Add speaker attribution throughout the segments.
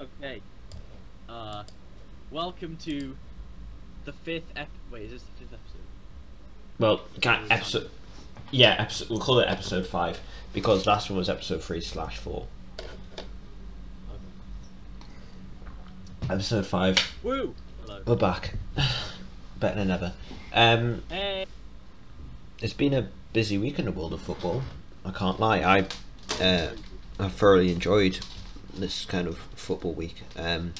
Speaker 1: Okay. Uh, welcome to the fifth ep. Wait, is this the fifth episode?
Speaker 2: Well, can episode. Yeah, episode, we'll call it episode five because last one was episode three slash four.
Speaker 1: Okay.
Speaker 2: Episode five,
Speaker 1: Woo! Hello.
Speaker 2: we're back, better than ever. Um,
Speaker 1: Hey.
Speaker 2: it's been a busy week in the world of football. I can't lie. I, uh, I thoroughly enjoyed this kind of football week. Um,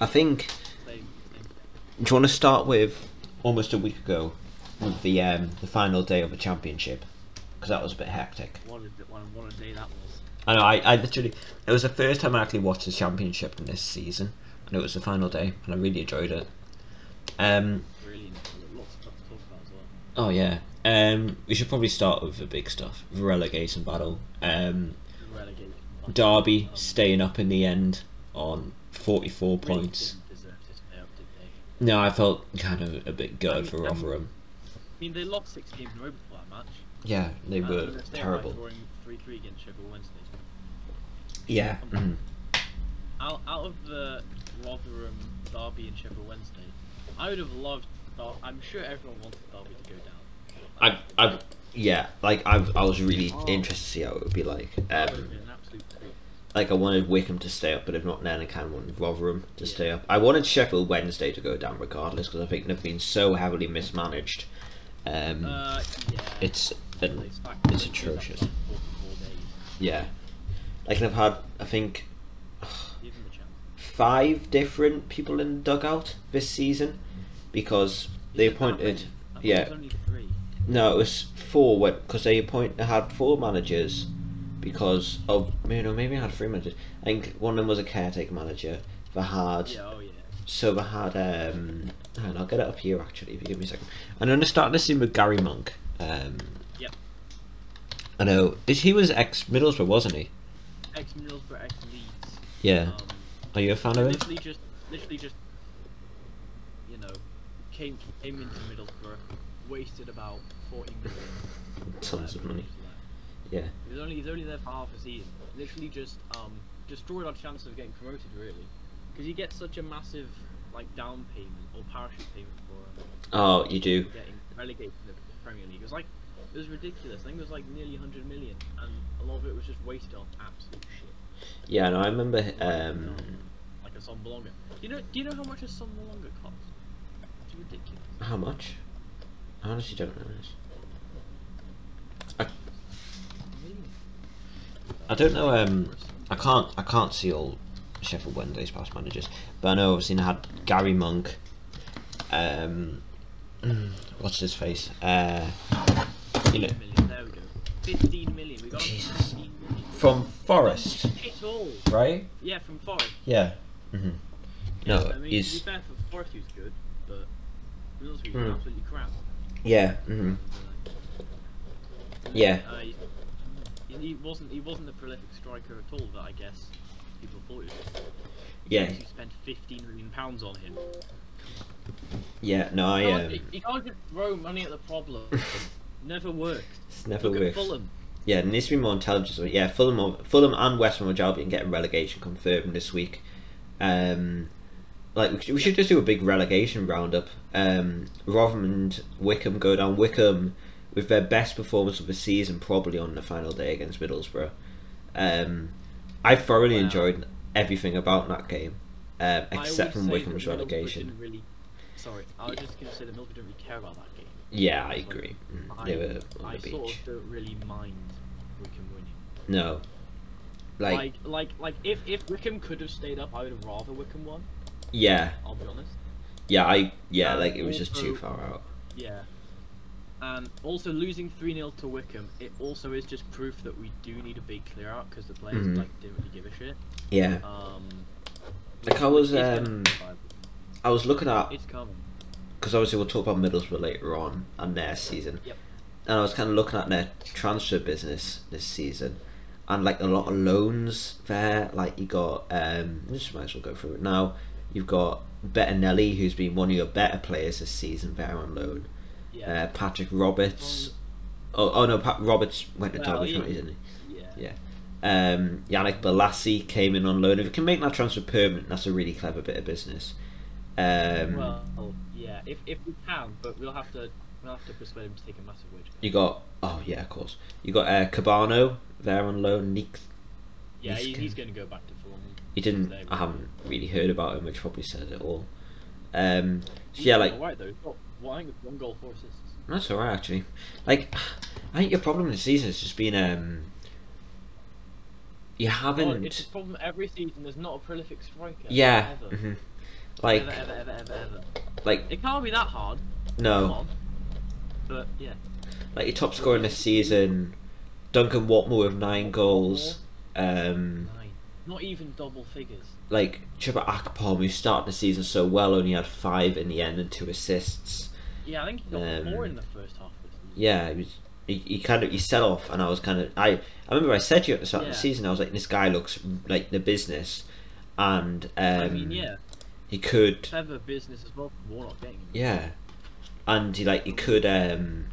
Speaker 2: I think.
Speaker 1: Same, same.
Speaker 2: Do you want to start with almost a week ago, with the um, the final day of the championship, because that was a bit hectic.
Speaker 1: What a, what, a, what a day that was.
Speaker 2: I know. I, I literally it was the first time I actually watched the championship in this season, and it was the final day, and I really enjoyed it. Um.
Speaker 1: Really interesting. Lots of stuff to talk about as well.
Speaker 2: Oh yeah. Um. We should probably start with the big stuff: the relegation battle. Um.
Speaker 1: The Relegation.
Speaker 2: Derby
Speaker 1: Um,
Speaker 2: staying up in the end on forty-four
Speaker 1: really
Speaker 2: points.
Speaker 1: didn't deserve to stay up, did they?
Speaker 2: No, I felt kind of a bit
Speaker 1: Um,
Speaker 2: good for
Speaker 1: um,
Speaker 2: Rotherham.
Speaker 1: I mean, they lost six games in a row before that match.
Speaker 2: Yeah, they
Speaker 1: Uh,
Speaker 2: were
Speaker 1: they stayed alive,
Speaker 2: terrible.
Speaker 1: Drawing 3-3 against Sheffield Wednesday.
Speaker 2: Yeah. mhm.
Speaker 1: out, out of the Rotherham, Derby, and Sheffield Wednesday, I would have loved. Dar- I'm sure everyone wanted Derby to go down.
Speaker 2: I, I, yeah, like I, I was really
Speaker 1: Oh.
Speaker 2: interested to see how it would be like.
Speaker 1: That would have
Speaker 2: Um,
Speaker 1: been an absolute coup.
Speaker 2: like I wanted Wickham to stay up, but if not, then I kind of wanted Rotherham to
Speaker 1: Yeah.
Speaker 2: stay up. I wanted Sheffield Wednesday to go down regardless because I think they've been so heavily mismanaged. Um,
Speaker 1: Uh, yeah.
Speaker 2: it's
Speaker 1: They
Speaker 2: an-
Speaker 1: stacked
Speaker 2: it's
Speaker 1: the fixtures up
Speaker 2: atrocious.
Speaker 1: for like 44 days,
Speaker 2: yeah, like they've had I think
Speaker 1: Give them a chance.
Speaker 2: five different people in the dugout this season because they
Speaker 1: Is it that
Speaker 2: appointed
Speaker 1: many? I thought
Speaker 2: yeah.
Speaker 1: it was only three.
Speaker 2: No, it was four because they appoint they had four managers because oh you know maybe I had three managers. I think one of them was a caretaker manager. They had
Speaker 1: Yeah, oh yeah.
Speaker 2: so they had um hang on, I'll get it up here actually if you give me a second. And then they started this in with Gary Monk. Um
Speaker 1: Yep.
Speaker 2: I know did he was ex Middlesbrough, wasn't he?
Speaker 1: Ex Middlesbrough, ex Leeds.
Speaker 2: Yeah.
Speaker 1: Um,
Speaker 2: Are you a fan of him?
Speaker 1: literally just, literally just, you know, came came into Middlesbrough, wasted about 40 million.
Speaker 2: Tons
Speaker 1: uh,
Speaker 2: of money.
Speaker 1: left.
Speaker 2: Yeah.
Speaker 1: He was only he was only there for half a season. Literally just um destroyed our chances of getting promoted really, because you get such a massive like down payment or parachute payment for um,
Speaker 2: Oh, you do.
Speaker 1: getting relegated to the Premier League. It was like it was ridiculous. I think it was like nearly 100 million, and a lot of it was just wasted on absolute shit.
Speaker 2: Yeah, no, I remember um
Speaker 1: like a Sombolonga. Do you know do you know how much a Sombolonga costs? It's ridiculous.
Speaker 2: How much? I honestly don't know this.
Speaker 1: Millions.
Speaker 2: I don't know, um,
Speaker 1: For a Sombolonga.
Speaker 2: I can't I can't see all Sheffield Wednesday's past managers, but I know obviously they had Gary Monk. Um, what's his face? Uh, you
Speaker 1: 15
Speaker 2: know,
Speaker 1: million, There we go. 15 million. We got
Speaker 2: Jesus.
Speaker 1: 15 million.
Speaker 2: from Forest,
Speaker 1: Shit all.
Speaker 2: right?
Speaker 1: Yeah, from Forest.
Speaker 2: Yeah. hmm
Speaker 1: Yeah,
Speaker 2: No,
Speaker 1: I mean,
Speaker 2: he's
Speaker 1: to be fair, for Forest he was good, but Middlesbrough he was
Speaker 2: Hmm.
Speaker 1: absolutely crap.
Speaker 2: yeah, hmm yeah,
Speaker 1: Uh, he, he wasn't he wasn't a prolific striker at all that I guess people thought he was.
Speaker 2: yeah,
Speaker 1: You spent 15 million pounds on him.
Speaker 2: yeah. No, I
Speaker 1: Can't-
Speaker 2: um,
Speaker 1: you, you can't just throw money at the problem. Never works.
Speaker 2: it's never
Speaker 1: Look at
Speaker 2: works.
Speaker 1: Fulham.
Speaker 2: Yeah, there needs to be more intelligence. Yeah, Fulham, or- Fulham and West Bromwich Albion getting relegation confirmed this week. Um, like we should, we should just do a big relegation roundup. Um, Rotherham and Wickham go down. Wickham with their best performance of the season probably on the final day against Middlesbrough. Um, I thoroughly
Speaker 1: Wow.
Speaker 2: enjoyed everything about that game, um,
Speaker 1: I
Speaker 2: except
Speaker 1: would
Speaker 2: from
Speaker 1: say
Speaker 2: Wickham's
Speaker 1: that Middlesbrough
Speaker 2: relegation.
Speaker 1: didn't Really, sorry, I was just going to say that Middlesbrough didn't really care about that game.
Speaker 2: Yeah, I agree. Mm, they
Speaker 1: I,
Speaker 2: were on
Speaker 1: I
Speaker 2: the
Speaker 1: sort
Speaker 2: beach.
Speaker 1: of don't really mind Wickham winning.
Speaker 2: No, like
Speaker 1: Like, like, like, if if Wickham could have stayed up, I would have rather Wickham won.
Speaker 2: yeah,
Speaker 1: I'll be honest.
Speaker 2: yeah, I yeah,
Speaker 1: Um,
Speaker 2: like it was just too
Speaker 1: also-
Speaker 2: far out.
Speaker 1: Yeah. And also losing three 0 to Wickham, it also is just proof that we do need a big clear out because the players
Speaker 2: Mhm.
Speaker 1: like didn't really give a shit.
Speaker 2: Yeah.
Speaker 1: Um.
Speaker 2: Like, I was,
Speaker 1: it's gonna
Speaker 2: um,
Speaker 1: be viable.
Speaker 2: I was looking at
Speaker 1: It's coming.
Speaker 2: because obviously we'll talk about Middlesbrough later on and their season.
Speaker 1: Yep.
Speaker 2: And I was kind of looking at their transfer business this season, and like a lot of loans there. Like you got, um, we just might as well go through it now. You've got Bettinelli, who's been one of your better players this season, there on loan.
Speaker 1: Yeah.
Speaker 2: Uh, Patrick Roberts. Oh, oh no, Pat Roberts went to
Speaker 1: Well,
Speaker 2: Derby,
Speaker 1: yeah.
Speaker 2: County, didn't he?
Speaker 1: yeah.
Speaker 2: yeah. Um, Yannick Balassi came in on loan. If we can make that transfer permanent, that's a really clever bit of business. Um,
Speaker 1: well, yeah, if, if we can, but we'll have to we'll have to persuade him to take a massive wage. cut.
Speaker 2: you got oh yeah, of course. You got uh, Cabano there on loan. Nick,
Speaker 1: Yeah,
Speaker 2: he's
Speaker 1: he,
Speaker 2: gonna-
Speaker 1: he's going to go back to Fulham.
Speaker 2: he didn't.
Speaker 1: They-
Speaker 2: I haven't really heard about him, which probably says it all. Um, so yeah, like
Speaker 1: all right though. He's got one, I think it's one goal, four assists.
Speaker 2: That's alright actually. Like I think your problem this season has just been um you
Speaker 1: Well,
Speaker 2: haven't
Speaker 1: Oh, it's a problem every season. There's not a prolific striker.
Speaker 2: Yeah.
Speaker 1: Ever.
Speaker 2: mhm. Like
Speaker 1: ever, ever, ever, ever, ever.
Speaker 2: like
Speaker 1: It can't be that hard. Come
Speaker 2: no.
Speaker 1: on. But yeah,
Speaker 2: Like your top scorer this season, Duncan Watmore with nine goals. Um
Speaker 1: nine. Not even double figures.
Speaker 2: like Chipper Akpom who started the season so well only had five in the end and two assists.
Speaker 1: Yeah, I think he got
Speaker 2: Um,
Speaker 1: more in the first half of the season.
Speaker 2: Yeah, he was he, he kind of he set off and I was kind of I I remember I said to you at the start of the
Speaker 1: Yeah.
Speaker 2: season I was like this guy looks like the business and um
Speaker 1: I mean, yeah,
Speaker 2: he could
Speaker 1: clever business as well. for Warnock getting him.
Speaker 2: Yeah, and he like he could um,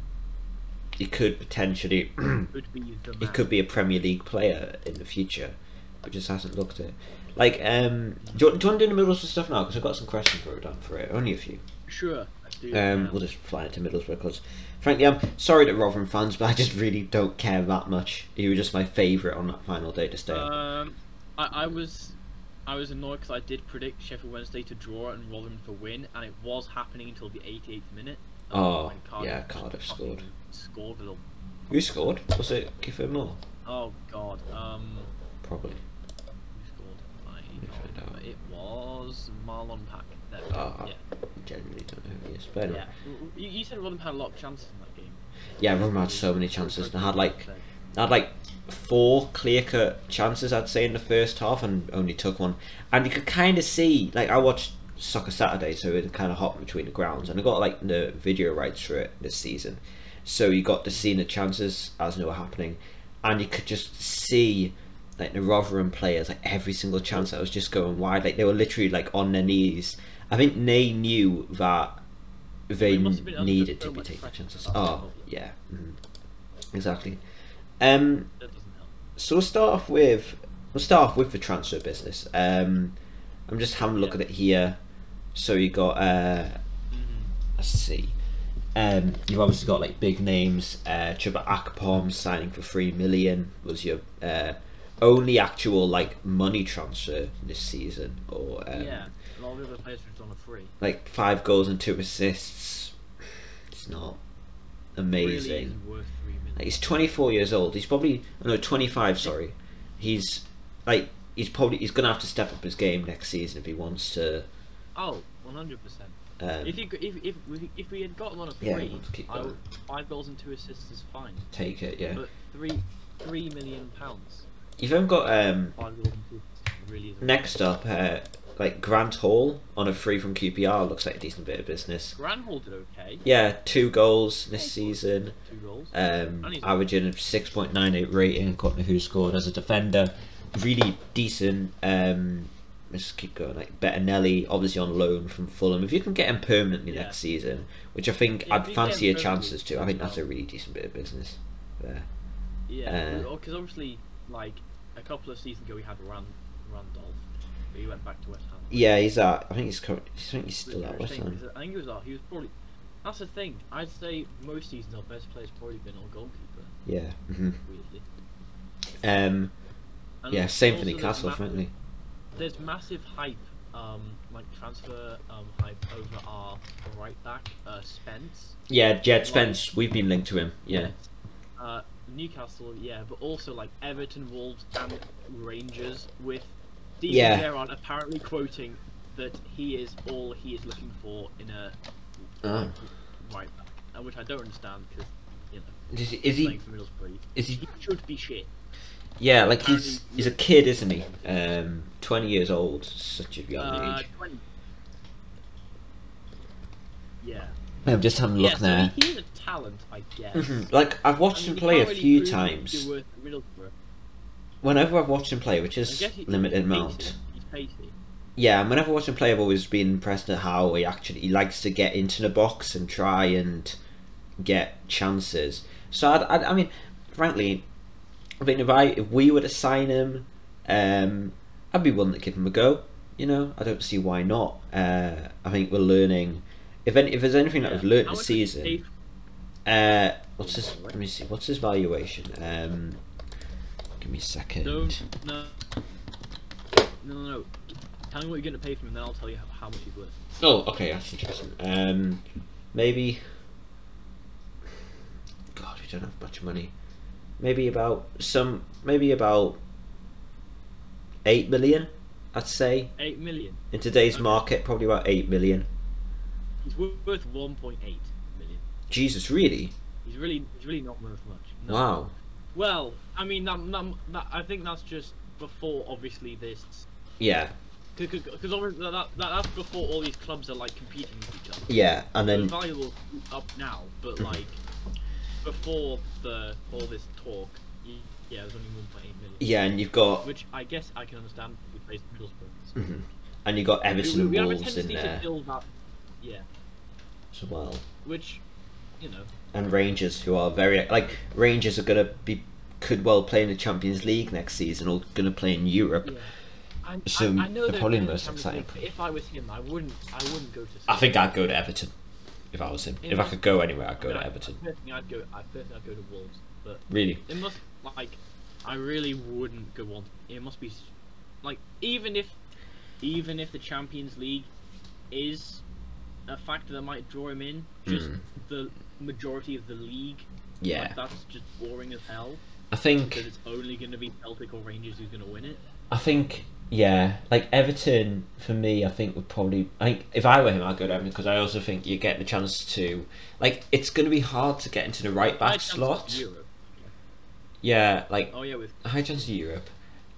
Speaker 2: he could potentially
Speaker 1: Could be the
Speaker 2: he
Speaker 1: man.
Speaker 2: could be a Premier League player in the future, but just hasn't looked it. Like, um, do you, want- do you want to do the Middlesbrough stuff now? Because I've got some questions wrote down for it. Only a few.
Speaker 1: Sure. I do.
Speaker 2: Um,
Speaker 1: yeah.
Speaker 2: we'll just fly it to Middlesbrough because, frankly, I'm sorry to Rotherham fans, but I just really don't care that much. You were just my favourite on that final day to stay. up.
Speaker 1: Um, I, I was, I was annoyed because I did predict Sheffield Wednesday to draw and Rotherham to win, and it was happening until the 88th minute. um,
Speaker 2: Oh,
Speaker 1: when
Speaker 2: yeah, Cardiff scored.
Speaker 1: fucking Scored with a
Speaker 2: Who scored? Was it Kiefer Moore?
Speaker 1: oh god. Um,
Speaker 2: Probably.
Speaker 1: who scored? I
Speaker 2: me find
Speaker 1: can't
Speaker 2: out.
Speaker 1: remember. It was Marlon Pack. There we go,
Speaker 2: Ah,
Speaker 1: yeah,
Speaker 2: Generally don't know who he is, but anyway.
Speaker 1: yeah. W- w- You, you said Rotherham had a lot of chances in that game.
Speaker 2: Yeah, Rotherham had so many chances, and I had like I had like four clear cut chances, I'd say, in the first half, and only took one. And you could kind of see, like, I watched Soccer Saturday, so it kind of hot between the grounds, and I got like the video rights for it this season, so you got to see the chances as they were happening, and you could just see. Like the Rotherham players, like every single chance that was just going wide, like they were literally like on their knees. I think they knew that
Speaker 1: We
Speaker 2: they
Speaker 1: must have been under
Speaker 2: needed
Speaker 1: so
Speaker 2: to be
Speaker 1: much
Speaker 2: taking
Speaker 1: pressure
Speaker 2: chances.
Speaker 1: at that
Speaker 2: Oh,
Speaker 1: level.
Speaker 2: yeah, mhm. exactly. Um,
Speaker 1: That doesn't help.
Speaker 2: so we'll start off with we'll start off with the transfer business. Um, I'm just having a look
Speaker 1: Yeah.
Speaker 2: at it here. So you got uh, let's see. Um, you've obviously got like big names. Uh, Chuba Akpom signing for three million was your uh, only actual like money transfer this season, or um,
Speaker 1: yeah, a lot of the other players were just on a free.
Speaker 2: like five goals and two assists. It's not amazing.
Speaker 1: Really isn't worth three minutes.
Speaker 2: Like, he's 24 years old. He's probably no 25. Sorry, he's like he's probably he's gonna have to step up his game next season if he wants to.
Speaker 1: Oh, 100 percent.
Speaker 2: Um,
Speaker 1: If you g- if if we- if we had gotten on a
Speaker 2: Yeah,
Speaker 1: free,
Speaker 2: we'll keep
Speaker 1: I
Speaker 2: going.
Speaker 1: would- five goals and two assists is fine.
Speaker 2: take it, yeah.
Speaker 1: But three three million pounds,
Speaker 2: You've then got um,
Speaker 1: five goals and two assists really is
Speaker 2: next up uh, like Grant Hall on a free from QPR looks like a decent bit of business.
Speaker 1: Granholm did okay.
Speaker 2: Yeah, two goals this season.
Speaker 1: Two goals.
Speaker 2: um,
Speaker 1: And he's-
Speaker 2: averaging a 6.98 rating according to who scored as a defender. Really decent. Um, let's just keep going. Like Bettinelli, obviously on loan from Fulham. If you can get him permanently
Speaker 1: Yeah.
Speaker 2: next season, which I think
Speaker 1: Yeah, if
Speaker 2: I'd
Speaker 1: you
Speaker 2: fancy your
Speaker 1: get him permanently,
Speaker 2: chances to, I think that's a
Speaker 1: well.
Speaker 2: really decent bit of business. There.
Speaker 1: yeah,
Speaker 2: uh,
Speaker 1: because obviously, like a couple of seasons ago, we had Ran Randolph, but he went back to West Ham.
Speaker 2: Yeah, he's at. I think he's current. I think he's still
Speaker 1: Which
Speaker 2: at
Speaker 1: I
Speaker 2: West
Speaker 1: think
Speaker 2: Ham.
Speaker 1: is- I think he was our. He was probably. That's the thing. I'd say most seasons our best player's probably been our goalkeeper.
Speaker 2: Yeah. hmm
Speaker 1: Weirdly.
Speaker 2: Um,
Speaker 1: And
Speaker 2: yeah. Same for
Speaker 1: also there's
Speaker 2: Newcastle,
Speaker 1: massive-
Speaker 2: frankly.
Speaker 1: There's massive hype, um, like transfer um, hype over our right back, uh, Spence.
Speaker 2: Yeah, Jed
Speaker 1: Like-
Speaker 2: Spence. We've been linked to him. Yeah.
Speaker 1: Uh, Newcastle, yeah, but also like Everton, Wolves, and Rangers with Steven
Speaker 2: Yeah.
Speaker 1: Gerrard apparently quoting that he is all he is looking for in a
Speaker 2: Oh.
Speaker 1: right back, uh, which I don't understand because you know
Speaker 2: Is he? Is
Speaker 1: playing
Speaker 2: he?
Speaker 1: for Middlesbrough,
Speaker 2: Is he
Speaker 1: he should be shit.
Speaker 2: Yeah, like
Speaker 1: Apparently-
Speaker 2: he's he's a kid, isn't he? Um, twenty years old, such a young
Speaker 1: Uh,
Speaker 2: age.
Speaker 1: 20. Yeah.
Speaker 2: I'm just having a look
Speaker 1: yeah,
Speaker 2: there.
Speaker 1: So he, he's a talent, I guess.
Speaker 2: Mhm. Like I've watched
Speaker 1: I mean,
Speaker 2: him
Speaker 1: you
Speaker 2: play a
Speaker 1: can't really
Speaker 2: few
Speaker 1: prove that he's
Speaker 2: times.
Speaker 1: worth Middlesbrough.
Speaker 2: Whenever I've watched him play, which
Speaker 1: I
Speaker 2: is
Speaker 1: guess he-
Speaker 2: limited
Speaker 1: he's
Speaker 2: amount.
Speaker 1: pacey. He's pacey.
Speaker 2: Yeah, and whenever I've watched him play, I've always been impressed at how he actually he likes to get into the box and try and get chances. So I'd, I'd, I mean, frankly, I think if I if we were to sign him, um, I'd be willing to give him a go. You know, I don't see why not. Uh, I think we're learning. If any, if there's anything that we've learned
Speaker 1: How
Speaker 2: this
Speaker 1: much would you pay
Speaker 2: season, uh, what's his? Let me see. What's his valuation? Um, give me a second.
Speaker 1: No, no, no, no, no. Tell me what you're going to pay for him, and then I'll tell you how, how much he's worth.
Speaker 2: Oh, okay, that's interesting. Um, maybe. God, we don't have much money. Maybe about some. Maybe about eight million. I'd say
Speaker 1: Eight million.
Speaker 2: in today's
Speaker 1: Okay.
Speaker 2: market, probably about eight million.
Speaker 1: He's wor- worth 1.8 million.
Speaker 2: Jesus, really?
Speaker 1: He's really, he's really not worth much. No.
Speaker 2: Wow.
Speaker 1: Well, I mean, that, that, that, I think that's just before, obviously, this.
Speaker 2: Yeah,
Speaker 1: Because that, that, that's before all these clubs are like competing with each other.
Speaker 2: yeah, and
Speaker 1: They're
Speaker 2: then
Speaker 1: valuable up now, but
Speaker 2: Mhm.
Speaker 1: like before the all this talk, y- yeah, it was only 1.8 million.
Speaker 2: yeah, and you've got
Speaker 1: Which I guess I can understand. if We faced Middlesbrough.
Speaker 2: mhm. and you've got Everton
Speaker 1: we,
Speaker 2: and
Speaker 1: we have a
Speaker 2: Wolves in
Speaker 1: tendency to
Speaker 2: there
Speaker 1: build that, yeah.
Speaker 2: as well.
Speaker 1: Which, you know,
Speaker 2: and Rangers, who are very like Rangers are gonna be could well play in the Champions League next season or gonna play in Europe.
Speaker 1: yeah. I,
Speaker 2: So,
Speaker 1: I, I know
Speaker 2: they're
Speaker 1: they're
Speaker 2: probably
Speaker 1: in
Speaker 2: the most
Speaker 1: Champions
Speaker 2: exciting
Speaker 1: League, but If I was him, I wouldn't. I wouldn't go to.
Speaker 2: I think I'd go to Everton if I was him.
Speaker 1: It
Speaker 2: if I
Speaker 1: must-
Speaker 2: could go anywhere, I'd go
Speaker 1: mean,
Speaker 2: to
Speaker 1: I-
Speaker 2: Everton.
Speaker 1: I personally, I'd go. I personally, I'd go to Wolves, but
Speaker 2: Really,
Speaker 1: it must like. I really wouldn't go on. It must be, s- like, even if, even if the Champions League is a factor that might draw him in, just
Speaker 2: Mm.
Speaker 1: the majority of the league,
Speaker 2: yeah.
Speaker 1: like, that's just boring as hell.
Speaker 2: I think
Speaker 1: because it's only going to be Celtic or Rangers who's going to win it.
Speaker 2: I think yeah, like Everton for me, I think would probably. I think if I were him, I'd go to Everton because I also think you get the chance to like it's going to be hard to get into the right
Speaker 1: High
Speaker 2: back
Speaker 1: chance of
Speaker 2: slot.
Speaker 1: Europe.
Speaker 2: Yeah, like
Speaker 1: Oh yeah, with
Speaker 2: high chance of Europe.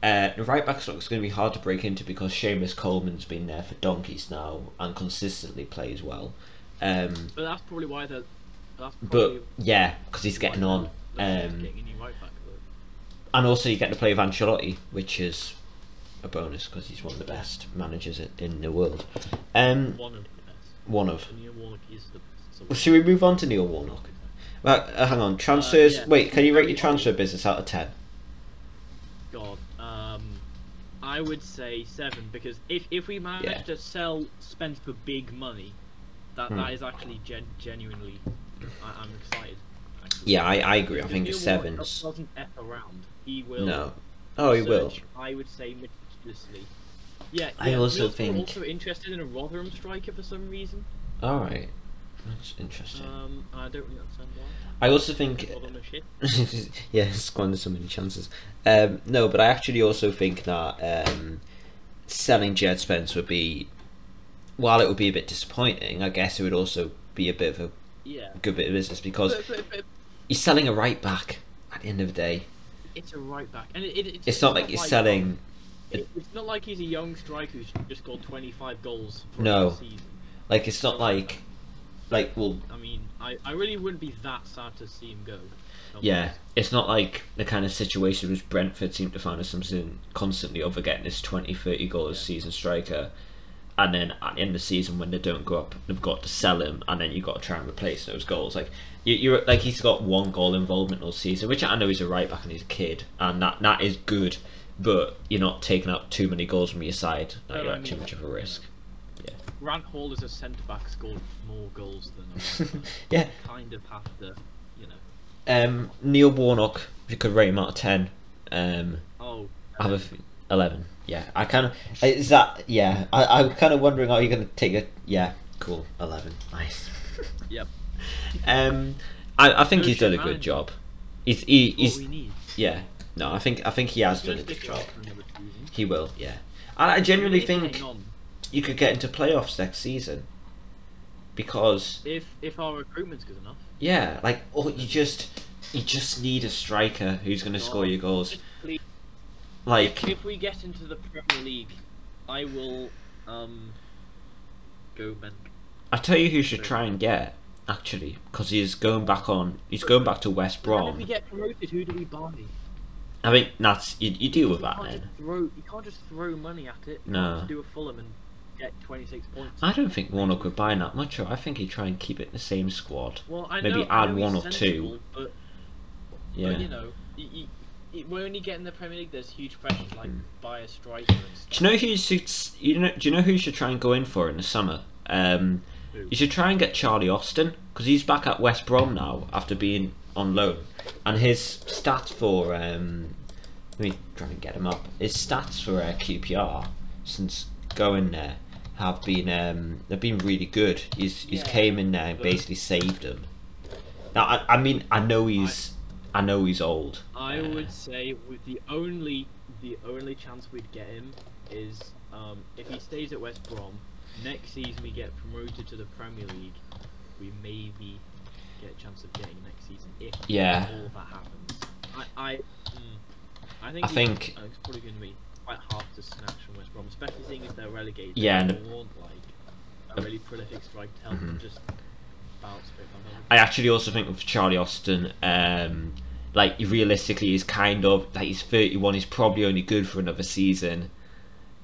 Speaker 2: Uh, the right back slot is going to be hard to break into because Seamus Coleman's been there for donkeys now and consistently plays well. Um,
Speaker 1: but that's probably why they're. That's probably
Speaker 2: but yeah, because he's
Speaker 1: why
Speaker 2: getting
Speaker 1: they're-
Speaker 2: on.
Speaker 1: they're just
Speaker 2: Um,
Speaker 1: getting a new right back, though.
Speaker 2: and also you get to play with Ancelotti, which is a bonus because he's one of the best managers i- in the world. Um,
Speaker 1: one of the best.
Speaker 2: one of.
Speaker 1: And Neil Warnock is the best. so-
Speaker 2: Should we move on to Neil Warnock? Well, uh, hang on, transfers.
Speaker 1: yeah.
Speaker 2: Wait, can you rate your
Speaker 1: Very
Speaker 2: transfer business out of ten?
Speaker 1: God, um, I would say seven because if if we manage
Speaker 2: Yeah.
Speaker 1: to sell Spence for big money, that
Speaker 2: Hmm.
Speaker 1: that is actually gen- genuinely. I, I'm excited. Actually.
Speaker 2: Yeah, I, I agree. I
Speaker 1: Because
Speaker 2: think a
Speaker 1: Neil Warnock
Speaker 2: seven's
Speaker 1: Doesn't f around. He will.
Speaker 2: no. Oh, he will.
Speaker 1: search, I would say meticulously. Yeah,
Speaker 2: I
Speaker 1: yeah,
Speaker 2: also
Speaker 1: Middlesbrough
Speaker 2: think-
Speaker 1: are also interested in a Rotherham striker for some reason.
Speaker 2: All right, that's interesting.
Speaker 1: Um, I don't really understand why.
Speaker 2: I also think,
Speaker 1: Rotherham are shit.
Speaker 2: yeah, squander so many chances. Um, no, but I actually also think that um, selling Jed Spence would be, while it would be a bit disappointing, I guess it would also be a bit of a
Speaker 1: Yeah,
Speaker 2: good bit of business because
Speaker 1: but, but, but
Speaker 2: you're selling a right back at the end of the day.
Speaker 1: it's a right back, and it, it, it's,
Speaker 2: It's not like you're selling.
Speaker 1: it- it's not like he's a young striker who's just scored 25 goals for
Speaker 2: No.
Speaker 1: the season.
Speaker 2: Like it's not like, like well,
Speaker 1: I mean, I, I really wouldn't be that sad to see him go. I'll be
Speaker 2: yeah.
Speaker 1: honest.
Speaker 2: It's not like the kind of situation which Brentford seem to find themselves in constantly over getting this 20, 30 goal a
Speaker 1: Yeah.
Speaker 2: season striker. And then at the end of the season, when they don't go up, they've got to sell him, and then you've got to try and replace those goals. Like you, you're like he's got one goal involvement all season, which I know he's a right back and he's a kid, and that that is good. But you're not taking up too many goals from your side. Like,
Speaker 1: But
Speaker 2: you're
Speaker 1: I
Speaker 2: at too
Speaker 1: mean,
Speaker 2: much of a
Speaker 1: you know.
Speaker 2: risk.
Speaker 1: Grant Hall as a centre back scored more goals than a right back.
Speaker 2: yeah.
Speaker 1: kind of have to, you know.
Speaker 2: Um, Neil Warnock, if you could rate him out of ten, um,
Speaker 1: Oh,
Speaker 2: I have a f- eleven. Yeah, I kind of is that. Yeah, I I'm kind of wondering are you going to take a yeah cool eleven nice.
Speaker 1: yep.
Speaker 2: Um, I I think he's done a
Speaker 1: Solution
Speaker 2: good job. He's he,
Speaker 1: What
Speaker 2: he's
Speaker 1: we need.
Speaker 2: yeah no I think I think he has
Speaker 1: He's
Speaker 2: done a
Speaker 1: gonna
Speaker 2: good
Speaker 1: stick around
Speaker 2: job.
Speaker 1: for another season.
Speaker 2: He will yeah. And I genuinely
Speaker 1: If they
Speaker 2: think
Speaker 1: hang on,
Speaker 2: you could get into playoffs next season because
Speaker 1: if if our recruitment's good enough,
Speaker 2: yeah like oh you just you just need a striker who's going to score
Speaker 1: God.
Speaker 2: your goals
Speaker 1: If we-
Speaker 2: like
Speaker 1: if we get into the Premier League, I will um go men.
Speaker 2: I tell you who should try and get actually because he's going back on. He's going back to West
Speaker 1: And if we
Speaker 2: Brom.
Speaker 1: get promoted, who do we buy?
Speaker 2: I think that's you. You deal with
Speaker 1: You
Speaker 2: that
Speaker 1: can't just
Speaker 2: then.
Speaker 1: throw you can't just throw money at it. You
Speaker 2: No.
Speaker 1: can't just do a Fulham and get 26 points.
Speaker 2: I don't think Warnock would buy that much. or I think he'd try and keep it the same squad.
Speaker 1: well, I
Speaker 2: maybe
Speaker 1: know, I
Speaker 2: add
Speaker 1: know he's
Speaker 2: one or two.
Speaker 1: sensible, But,
Speaker 2: Yeah,
Speaker 1: but you know, y- y- it- we're only getting the Premier League. There's huge pressure to,
Speaker 2: Hmm.
Speaker 1: like buy a striker and stuff.
Speaker 2: Do you know who you should? You know, do you know who you should try and go in for in the summer? Um,
Speaker 1: Who?
Speaker 2: you should try and get Charlie Austin because he's back at West Brom now after being on loan, and his stats for um, let me try and get him up. His stats for uh, QPR since going there have been um, they've been really good. He's he's
Speaker 1: Yeah.
Speaker 2: came in there and basically saved them. Now I, I mean I know he's I, know he's old.
Speaker 1: I
Speaker 2: uh,
Speaker 1: would say with the only the only chance we'd get him is um, if he stays at West Brom. Next season we get promoted to the Premier League. We maybe get a chance of getting him next season if
Speaker 2: Yeah.
Speaker 1: all that happens. I I, mm, I think
Speaker 2: I
Speaker 1: he-
Speaker 2: think-
Speaker 1: uh, it's probably going to be quite hard to snatch from West Brom, especially seeing if they're relegated.
Speaker 2: Yeah, and- Mm-hmm.
Speaker 1: they want like a really prolific striker to help them just bounce straight back up.
Speaker 2: I actually also think with Charlie Austin, um, like realistically, he's kind of like he's thirty one. He's probably only good for another season.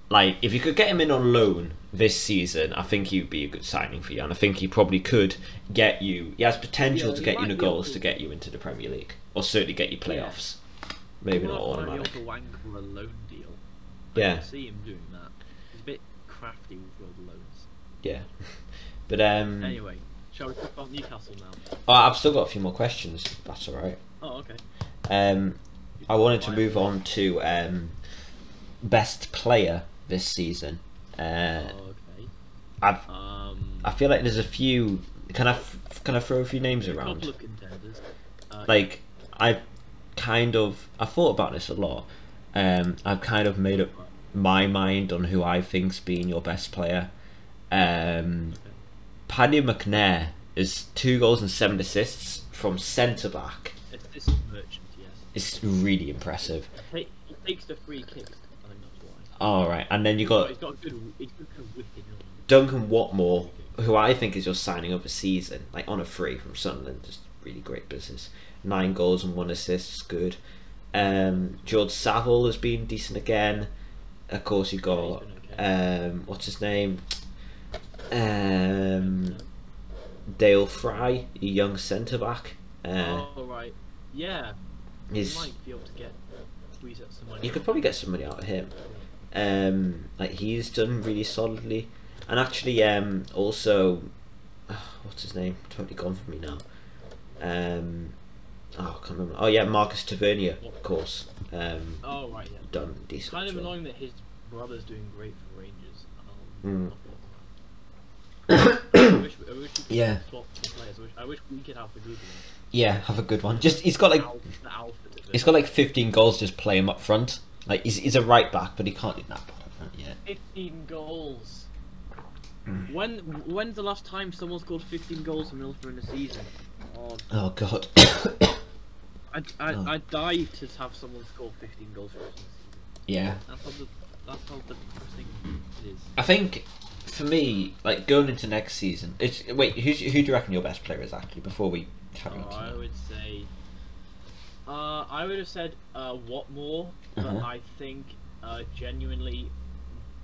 Speaker 2: Like if you could get him in on loan this season, I think he'd be a good signing for you, and I think he probably could get you. He has potential
Speaker 1: Yeah,
Speaker 2: to
Speaker 1: he
Speaker 2: get you
Speaker 1: might
Speaker 2: the
Speaker 1: be able
Speaker 2: goals
Speaker 1: to-
Speaker 2: to get you into the Premier League, or certainly get you playoffs. Maybe not
Speaker 1: Well, I'd be able
Speaker 2: automatic.
Speaker 1: to wank for a loan deal. I
Speaker 2: Yeah.
Speaker 1: can see him doing that. He's a bit crafty with world loans.
Speaker 2: Yeah, but um,
Speaker 1: Anyway, shall we talk about Newcastle now?
Speaker 2: oh, I've still got a few more questions. if That's all right.
Speaker 1: Oh, okay.
Speaker 2: Um, I wanted to
Speaker 1: Why-
Speaker 2: move on to um, best player this season. Uh,
Speaker 1: Oh, okay.
Speaker 2: I've,
Speaker 1: Um,
Speaker 2: I feel like there's a few. Can I f- can I throw a few names
Speaker 1: a couple
Speaker 2: around?
Speaker 1: of contenders. Uh,
Speaker 2: Like I kind of I thought about this a lot. Um, I've kind of made up my mind on who I think's been your best player. Um, Paddy McNair is two goals and seven assists from centre back.
Speaker 1: it's- this is Merchant, yes.
Speaker 2: It's really impressive.
Speaker 1: He, he takes the free kicks. I don't know why.
Speaker 2: All right, and then you Oh, got
Speaker 1: Oh, He's got a good. He's got a good whipping. on him.
Speaker 2: Duncan Watmore, who I think is just signing up a season, like on a free from Sunderland, just really great business. Nine goals and one assist is good. Um, George Saville has been decent again. Of course, you got
Speaker 1: he's
Speaker 2: um, what's his name, um, Dale Fry, a young centre back. Uh,
Speaker 1: oh right. Yeah.
Speaker 2: he's-
Speaker 1: You might be able to get squeeze out some money.
Speaker 2: you could probably get some money out of him. Um, like he's done really solidly, and actually, um, also, ah, what's his name? Totally gone from me now. Um, oh, I can't remember. Oh yeah, Marcus Tavernier, of course. Um,
Speaker 1: Oh right. Yeah.
Speaker 2: done decent.
Speaker 1: Kind of
Speaker 2: as well.
Speaker 1: annoying that his brother's doing great for Rangers.
Speaker 2: Hmm.
Speaker 1: Um, I wish, I wish we could
Speaker 2: Yeah.
Speaker 1: swap the players. I wish, I wish we could have the good one.
Speaker 2: Yeah, have a good one. Just he's got like
Speaker 1: Al- the Alfred of it.
Speaker 2: he's got like 15 goals. Just play him up front. Like he's, he's a right back, but he can't do that part up front yet.
Speaker 1: 15 goals. When when's the last time someone scored 15 goals for Middlesbrough in a season? Oh,
Speaker 2: Oh god.
Speaker 1: I I
Speaker 2: Oh.
Speaker 1: I'd die to have someone score 15 goals for us in a season.
Speaker 2: yeah.
Speaker 1: That's how the that's how depressing it is.
Speaker 2: I think for me, like going into next season, it's wait. Who who do you reckon your best player is actually? Before we carry on.
Speaker 1: Oh,
Speaker 2: to
Speaker 1: I
Speaker 2: that?
Speaker 1: would say. Uh, I would have said uh, Watmore, but
Speaker 2: Uh-huh.
Speaker 1: I think uh, genuinely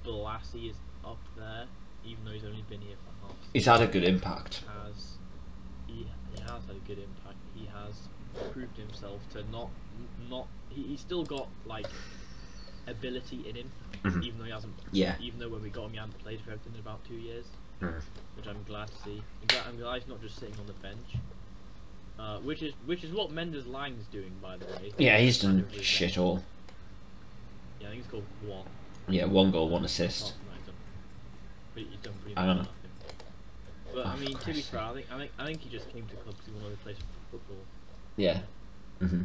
Speaker 1: Blassie is up there, even though he's only been here for half.
Speaker 2: He's had a good impact.
Speaker 1: Has he, he has had a good impact. He has proved himself to not n- not. He, he's still got like ability in him,
Speaker 2: Mhm.
Speaker 1: even though he hasn't.
Speaker 2: Yeah.
Speaker 1: Even though when we got him, he hadn't played for Everton in about two years
Speaker 2: Mm.
Speaker 1: which I'm glad to see. I'm glad, I'm glad he's not just sitting on the bench. Uh, which is which is what Mendes Lang's doing, by the way.
Speaker 2: Yeah, he's
Speaker 1: Kind
Speaker 2: done
Speaker 1: of
Speaker 2: shit all.
Speaker 1: Yeah, I think it's called one.
Speaker 2: Yeah, one goal, one
Speaker 1: Oh,
Speaker 2: assist.
Speaker 1: no, he's done- but he's done pretty
Speaker 2: I
Speaker 1: much
Speaker 2: don't know.
Speaker 1: nothing. But I
Speaker 2: Oh,
Speaker 1: mean, to be
Speaker 2: Christ.
Speaker 1: fair, I think, I think I think he just came to the club because he wanted to play some football.
Speaker 2: Yeah. hmm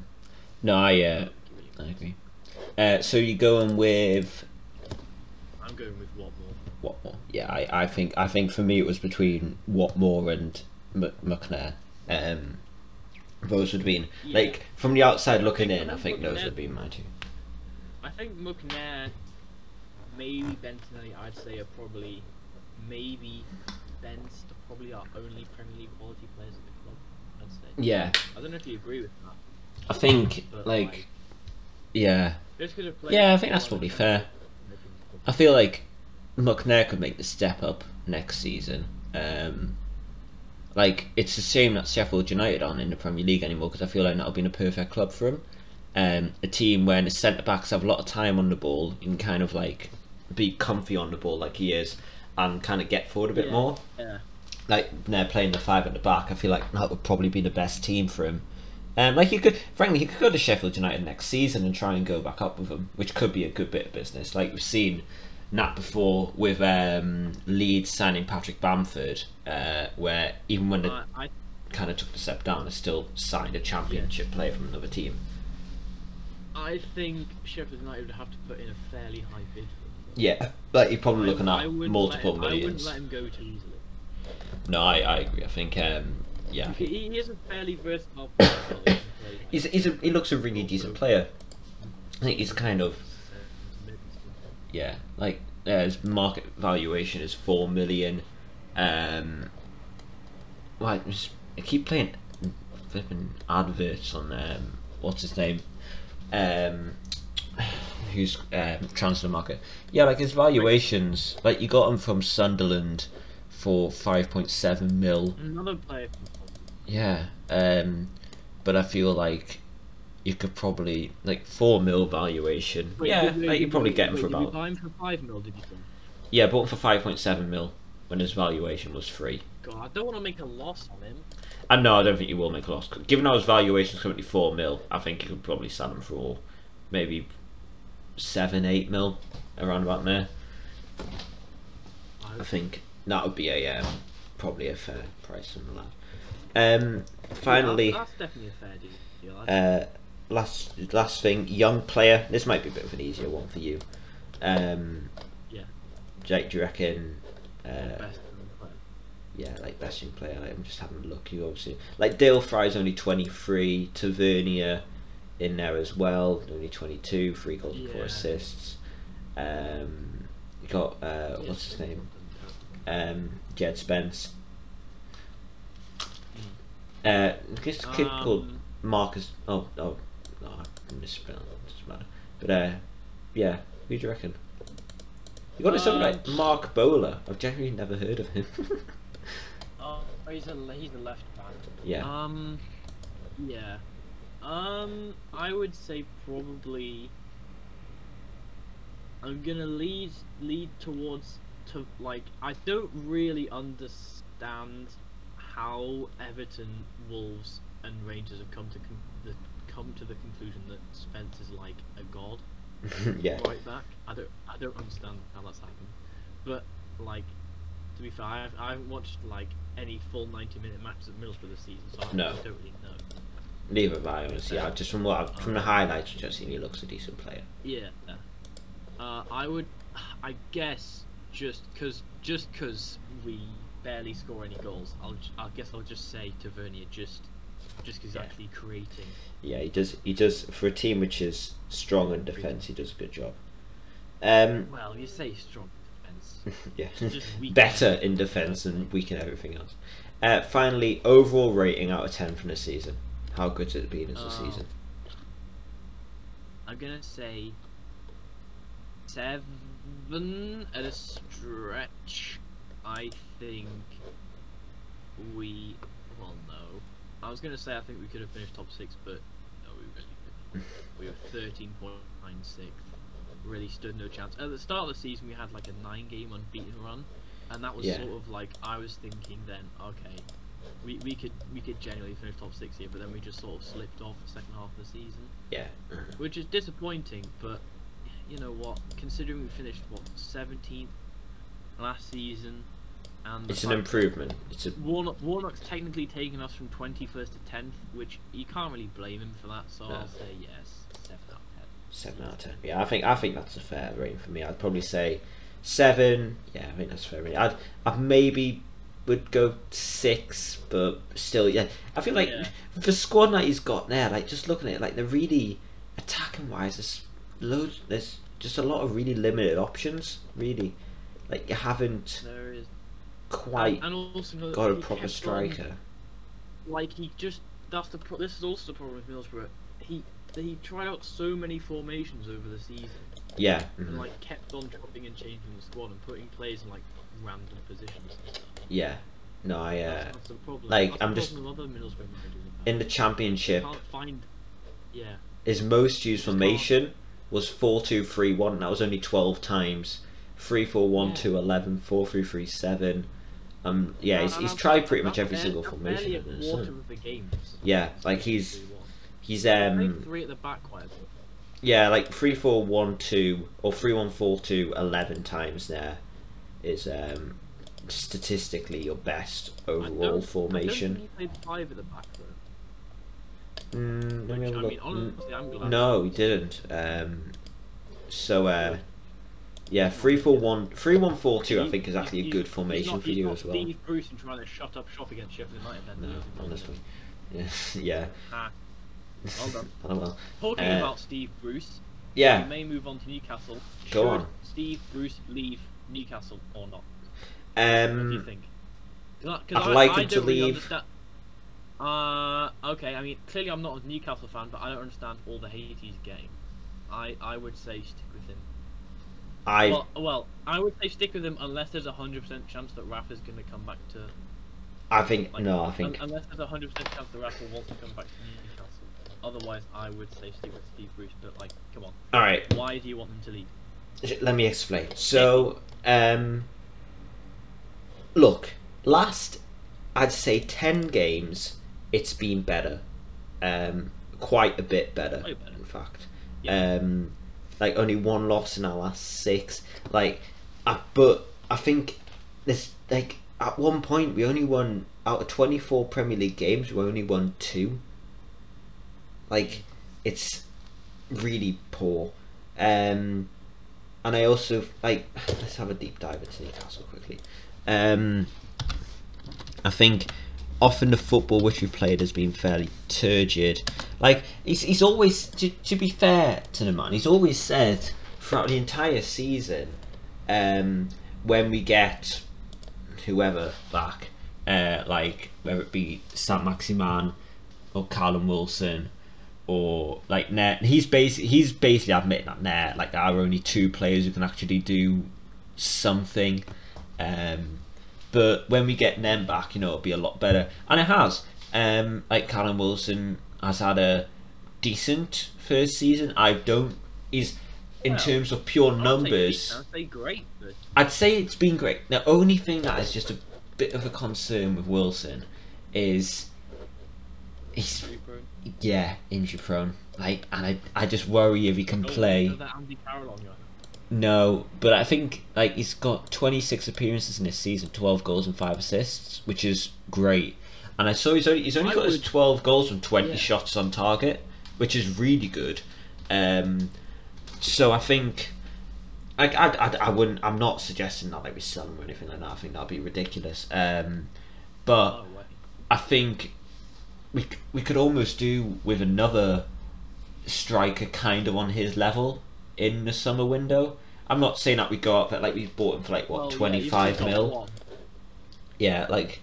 Speaker 2: No, I uh, I agree. Uh, so you going with
Speaker 1: I'm going with Watmore.
Speaker 2: what more? Yeah, I, I think I think for me it was between Watmore and M- McNair. Um, those would have been
Speaker 1: Yeah.
Speaker 2: like from the outside looking
Speaker 1: think
Speaker 2: in. I
Speaker 1: Mc-
Speaker 2: think those
Speaker 1: McNair-
Speaker 2: would have been my two.
Speaker 1: I think McNair, maybe Bentonelli, I'd say are probably, maybe Ben's are probably our only Premier League quality players at the club. I'd say.
Speaker 2: Yeah,
Speaker 1: I don't know if you agree with that.
Speaker 2: I think
Speaker 1: But,
Speaker 2: like
Speaker 1: like-
Speaker 2: yeah,
Speaker 1: Just 'cause they've played
Speaker 2: yeah. I think that's
Speaker 1: before,
Speaker 2: probably
Speaker 1: I
Speaker 2: fair.
Speaker 1: think they
Speaker 2: I
Speaker 1: can-
Speaker 2: feel like McNair could make the step up next season. Um, like it's a shame that Sheffield United aren't in the Premier League anymore because I feel like that would be a perfect club for him. um, a team when centre backs have a lot of time on the ball and kind of like be comfy on the ball like he is, and kind of get forward a bit
Speaker 1: Yeah.
Speaker 2: more.
Speaker 1: Yeah.
Speaker 2: Like when they're playing the five at the back, I feel like that would probably be the best team for him. Um, like he could, frankly, he could go to Sheffield United next season and try and go back up with them, which could be a good bit of business. Like we've seen that before with um, Leeds signing Patrick Bamford, uh, where even when the
Speaker 1: I, I
Speaker 2: kind of took the step down and still signed a championship player from another team.
Speaker 1: I think Sheffield United would have to put in a fairly high bid. For him.
Speaker 2: Yeah, like you're probably looking
Speaker 1: I- I
Speaker 2: at
Speaker 1: wouldn't
Speaker 2: multiple
Speaker 1: let him,
Speaker 2: millions.
Speaker 1: I wouldn't let him go too easily.
Speaker 2: No, I, I agree. I think um, yeah, I
Speaker 1: He,
Speaker 2: think
Speaker 1: he is a fairly versatile player. so he can play, like,
Speaker 2: he's he's a, he looks a really decent player. I think he's kind of
Speaker 1: centre-mid and stuff.
Speaker 2: yeah, like uh, his market valuation is four million. Um, well, I, just, I keep playing flipping adverts on um, what's his name, um, who's um, transfer market. Yeah, like his valuations, like you got him from Sunderland for five point seven mil.
Speaker 1: Another player from
Speaker 2: Yeah, um, but I feel like you could probably like four mil valuation.
Speaker 1: Wait,
Speaker 2: yeah,
Speaker 1: did we-
Speaker 2: like you
Speaker 1: did
Speaker 2: probably
Speaker 1: we-
Speaker 2: get him
Speaker 1: wait,
Speaker 2: for
Speaker 1: did we
Speaker 2: about
Speaker 1: buy him for five mil, did you think?
Speaker 2: yeah, bought him for five point seven mil when his valuation was free.
Speaker 1: God, I don't want to make a loss on him.
Speaker 2: And no, I don't think you will make a loss. Given how his valuation is currently four mil, I think you could probably sell him for maybe seven, eight mil around about there. I think that would be a um, probably a fair price on the lad. Um, finally.
Speaker 1: that's, that's definitely a fair deal. deal. I'd-
Speaker 2: Uh, last last thing, young player. This might be a bit of an easier one for you. Um,
Speaker 1: yeah,
Speaker 2: Jake, do you reckon? Uh,
Speaker 1: best young player.
Speaker 2: yeah, like best young player. Like, I'm just having a look. You obviously like Dale Fry's only 23. Tavernier in there as well. Only 22. Three goals and four
Speaker 1: Yeah.
Speaker 2: assists. Um, you got
Speaker 1: Yeah,
Speaker 2: uh, what's his
Speaker 1: Spence
Speaker 2: name?
Speaker 1: doesn't count.
Speaker 2: Um, Jed Spence. Uh, this kid called
Speaker 1: Um,
Speaker 2: Marcus. Oh, oh, no, I misspelled. It doesn't matter. But uh, yeah, who do you reckon? You got it something
Speaker 1: Um,
Speaker 2: like Mark Bowler. I've generally never heard of him.
Speaker 1: Oh, he's a he's a left back.
Speaker 2: yeah,
Speaker 1: Um, yeah. Um, I would say probably. I'm gonna lead lead towards to like I don't really understand how Everton, Wolves, and Rangers have come to con- the come to the conclusion that Spence is like a god
Speaker 2: yeah,
Speaker 1: right back. I don't I don't understand how that's happened. But like to be fair, I haven't, I haven't watched like any full ninety minute matches at Middlesbrough this season, so I
Speaker 2: No.
Speaker 1: I don't really know.
Speaker 2: neither have I. Honestly, I've just from what I've, from the highlights which I've seen, he looks a decent player.
Speaker 1: Yeah. Uh, I would, I guess, just because just 'cause we barely score any goals, I'll j- I guess I'll just say Tavernier just just 'cause he's
Speaker 2: Yeah.
Speaker 1: actually creating.
Speaker 2: Yeah, he does. He does for a team which is strong in defence. He does a good job. Um,
Speaker 1: Well, you say strong defense.
Speaker 2: yeah,
Speaker 1: Just weak.
Speaker 2: better in defence and weak in everything else. Uh, finally, overall rating out of ten from the season. How good has it been as a
Speaker 1: Oh.
Speaker 2: season?
Speaker 1: I'm gonna say seven at a stretch. I think we. Well, no. I was gonna say I think we could have finished top six, but no, we really couldn't. we were thirteen point nine six. Really stood no chance. At the start of the season, we had like a nine-game unbeaten run, and that was
Speaker 2: Yeah.
Speaker 1: sort of like I was thinking then, okay, we, we could we could genuinely finish top six here, but then we just sort of slipped off the second half of the season
Speaker 2: Yeah.
Speaker 1: which is disappointing. But you know what? Considering we finished what 17th last season, and the
Speaker 2: It's an
Speaker 1: fact-
Speaker 2: improvement. It's a
Speaker 1: Warnock, Warnock's technically taken us from 21st to 10th, which you can't really blame him for that. So
Speaker 2: No.
Speaker 1: I'll say yes, seven out of ten.
Speaker 2: seven out of ten. Yeah, I think I think that's a fair rating for me. I'd probably say seven. Yeah, I think that's a fair rating. I'd I maybe would go six, but still, yeah. I feel like
Speaker 1: Yeah.
Speaker 2: the squad that he's got there, like just looking at it, like they're really attacking wise. There's loads. There's just a lot of really limited options. Really, like you haven't
Speaker 1: There is
Speaker 2: quite
Speaker 1: and also another-
Speaker 2: got a
Speaker 1: he
Speaker 2: proper
Speaker 1: kept on-
Speaker 2: striker.
Speaker 1: like he just that's the pro- this is also the problem with Middlesbrough. He he tried out so many formations over the season.
Speaker 2: Yeah. mhm.
Speaker 1: and like kept on dropping and changing the squad and putting players in like random positions. And stuff.
Speaker 2: Yeah. No, I. Uh,
Speaker 1: That's, that's the problem.
Speaker 2: like,
Speaker 1: That's the
Speaker 2: I'm just-
Speaker 1: problem with other Middlesbrough managers,
Speaker 2: in the
Speaker 1: you
Speaker 2: championship,
Speaker 1: can't find. Yeah,
Speaker 2: His most used formation was 4 2 3 1, and that was only 12 times. 3 4 1
Speaker 1: Yeah.
Speaker 2: 2 11, 4 3 3 7. Um, yeah,
Speaker 1: No,
Speaker 2: he's,
Speaker 1: no,
Speaker 2: he's
Speaker 1: no,
Speaker 2: tried
Speaker 1: but
Speaker 2: pretty much
Speaker 1: that's
Speaker 2: every
Speaker 1: barely-
Speaker 2: single
Speaker 1: that's
Speaker 2: formation.
Speaker 1: barely a
Speaker 2: under the
Speaker 1: quarter
Speaker 2: sun.
Speaker 1: of the games.
Speaker 2: Yeah, like he's he's um
Speaker 1: three at the back quite a bit.
Speaker 2: Yeah, like three four one two or three one four two eleven times there is um statistically your best
Speaker 1: I
Speaker 2: overall
Speaker 1: don't- I
Speaker 2: formation.
Speaker 1: don't think he played five at the back though.
Speaker 2: Mm, let me
Speaker 1: Which,
Speaker 2: have a
Speaker 1: I
Speaker 2: look.
Speaker 1: mean,
Speaker 2: Mm,
Speaker 1: honestly, I'm glad.
Speaker 2: No, he didn't. Um, so uh, yeah, three four one three one four two. I
Speaker 1: He-
Speaker 2: think is
Speaker 1: he's-
Speaker 2: actually a
Speaker 1: he's-
Speaker 2: good
Speaker 1: he's
Speaker 2: formation
Speaker 1: not-
Speaker 2: for
Speaker 1: he's
Speaker 2: you
Speaker 1: not
Speaker 2: as well.
Speaker 1: Steve Bruce trying to shut up shop against Sheffield United. Then,
Speaker 2: No,
Speaker 1: is he?
Speaker 2: honestly, yeah, yeah.
Speaker 1: Ah, well done.
Speaker 2: Oh, well.
Speaker 1: Talking
Speaker 2: Uh,
Speaker 1: about Steve Bruce, we
Speaker 2: Yeah,
Speaker 1: may move on to Newcastle.
Speaker 2: Go
Speaker 1: Should
Speaker 2: on.
Speaker 1: Steve Bruce leave Newcastle or not? What do you
Speaker 2: um,
Speaker 1: think? 'Cause I- 'cause
Speaker 2: I'd
Speaker 1: I-
Speaker 2: like
Speaker 1: I
Speaker 2: him to
Speaker 1: don't really
Speaker 2: leave.
Speaker 1: understand- Uh, okay. I mean, clearly I'm not a Newcastle fan, but I don't understand all the hate he's getting. I I would say stick with him.
Speaker 2: I
Speaker 1: Well, well, I would say stick with him unless there's a hundred percent chance that Rafa's going to come back to.
Speaker 2: I think
Speaker 1: Like,
Speaker 2: no, I
Speaker 1: un-
Speaker 2: think
Speaker 1: unless there's a hundred percent chance that Rafa wants to come back to Newcastle. Otherwise, I would say stick with Steve Bruce. But like, come on,
Speaker 2: all right.
Speaker 1: why do you want them to leave?
Speaker 2: let me explain. So, um, look, last I'd say ten games, it's been better, um, quite a bit better,
Speaker 1: Way better.
Speaker 2: in fact.
Speaker 1: Yeah.
Speaker 2: Um, like only one loss in our last six. Like, I, but I think this like at one point we only won out of twenty four Premier League games. We only won two. Like, it's really poor. Um, and I also like let's have a deep dive into Newcastle quickly. Um, I think often the football which we played has been fairly turgid. Like he's he's always to to be fair to the man, he's always said throughout the entire season, um, when we get whoever back, uh, like whether it be Sam Maximan or Callum Wilson or like Nair, he's basically he's basically admitting that Nair like there are only two players who can actually do something. Um, but when we get them back, you know, it'll be a lot better, and it has. Um, like Callum Wilson has had a decent first season. I don't. He's in
Speaker 1: Well,
Speaker 2: terms of pure
Speaker 1: I would say
Speaker 2: numbers.
Speaker 1: decent, I'd say great, but
Speaker 2: I'd say it's been great. The only thing that is just a bit of a concern with Wilson is he's
Speaker 1: super.
Speaker 2: yeah injury prone. Like, and I I just worry if he can
Speaker 1: Oh,
Speaker 2: play.
Speaker 1: another Andy Carroll on you.
Speaker 2: No, but I think like he's got 26 appearances in this season, 12 goals and five assists, which is great. And I saw he's only he's only
Speaker 1: I
Speaker 2: got his
Speaker 1: would-
Speaker 2: 12 goals from 20
Speaker 1: Yeah.
Speaker 2: shots on target, which is really good. Um, so I think I, I, I, I wouldn't I'm not suggesting that like we sell him or anything like that. I think that'd be ridiculous. Um, but
Speaker 1: Oh, wait.
Speaker 2: I think we c- we could almost do with another striker kind of on his level in the summer window. I'm not saying that we go up, but like we bought him for like what
Speaker 1: Well, yeah,
Speaker 2: twenty five
Speaker 1: you've
Speaker 2: mil.
Speaker 1: got one.
Speaker 2: Yeah, like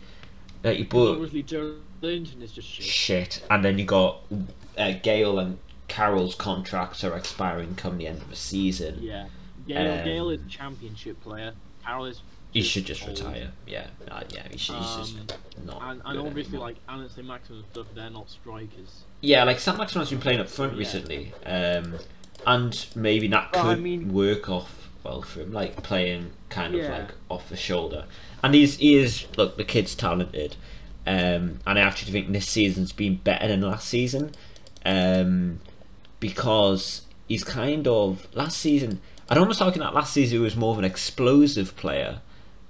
Speaker 2: like you
Speaker 1: Because
Speaker 2: bought
Speaker 1: obviously Joe Linton is just shit.
Speaker 2: shit, and then you got uh, Gale and Carroll's contracts are expiring come the end of the season.
Speaker 1: Yeah. Gale,
Speaker 2: Um,
Speaker 1: Gale is a championship player. Carroll is.
Speaker 2: He should just
Speaker 1: old.
Speaker 2: retire. Yeah, uh, yeah, he should, he's
Speaker 1: Um,
Speaker 2: just not.
Speaker 1: And,
Speaker 2: good
Speaker 1: and obviously,
Speaker 2: anymore.
Speaker 1: like, Anthony Maxim and stuff, they're not strikers.
Speaker 2: Yeah, like Sam Maximon's been playing up front
Speaker 1: Yeah.
Speaker 2: recently, um, and maybe that could
Speaker 1: Well, I mean-
Speaker 2: work off well for him, like playing kind of
Speaker 1: Yeah.
Speaker 2: like off the shoulder. And he's he is look the kid's talented, um, and I actually think this season's been better than last season, um, because he's kind of last season. I'd almost argue that last season he was more of an explosive player.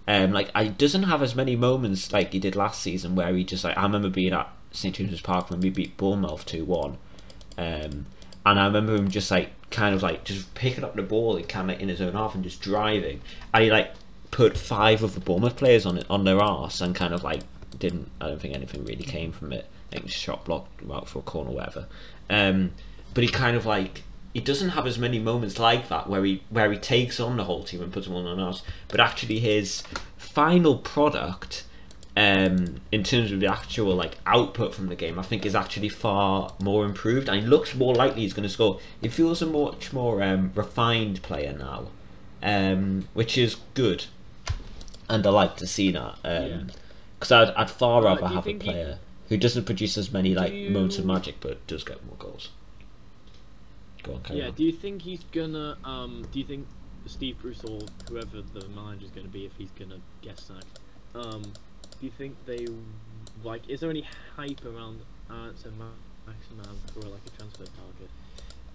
Speaker 2: Um, like I doesn't have as many moments like he did last season where he just like I remember being at St James's Park when we beat Bournemouth two one, um, and I remember him just like kind of like just picking up the ball and kind of in his own half and just driving, and he like put five of the Bournemouth players on it on their arse and kind of like didn't I don't think anything really came from it. I think shot blocked him out for a corner or whatever. Um, but he kind of like he doesn't have as many moments like that where he where he takes on the whole team and puts them on an arse. But actually, his final product um, in terms of the actual like output from the game, I think is actually far more improved, and he looks more likely he's going to score. He feels a much more um, refined player now, um, which is good, and I like to see that because I'd, I'd far
Speaker 1: Uh,
Speaker 2: rather
Speaker 1: do you
Speaker 2: have a
Speaker 1: think he-
Speaker 2: player who doesn't produce as many like moments of
Speaker 1: you-
Speaker 2: magic but does get more goals.
Speaker 3: Go on, carry
Speaker 1: Yeah,
Speaker 3: on.
Speaker 1: do you think he's gonna? Um, do you think Steve Bruce or whoever the manager's gonna be, if he's gonna get sacked, um, do you think they like? Is there any hype around Alex and Ma- Maximan for like a transfer target?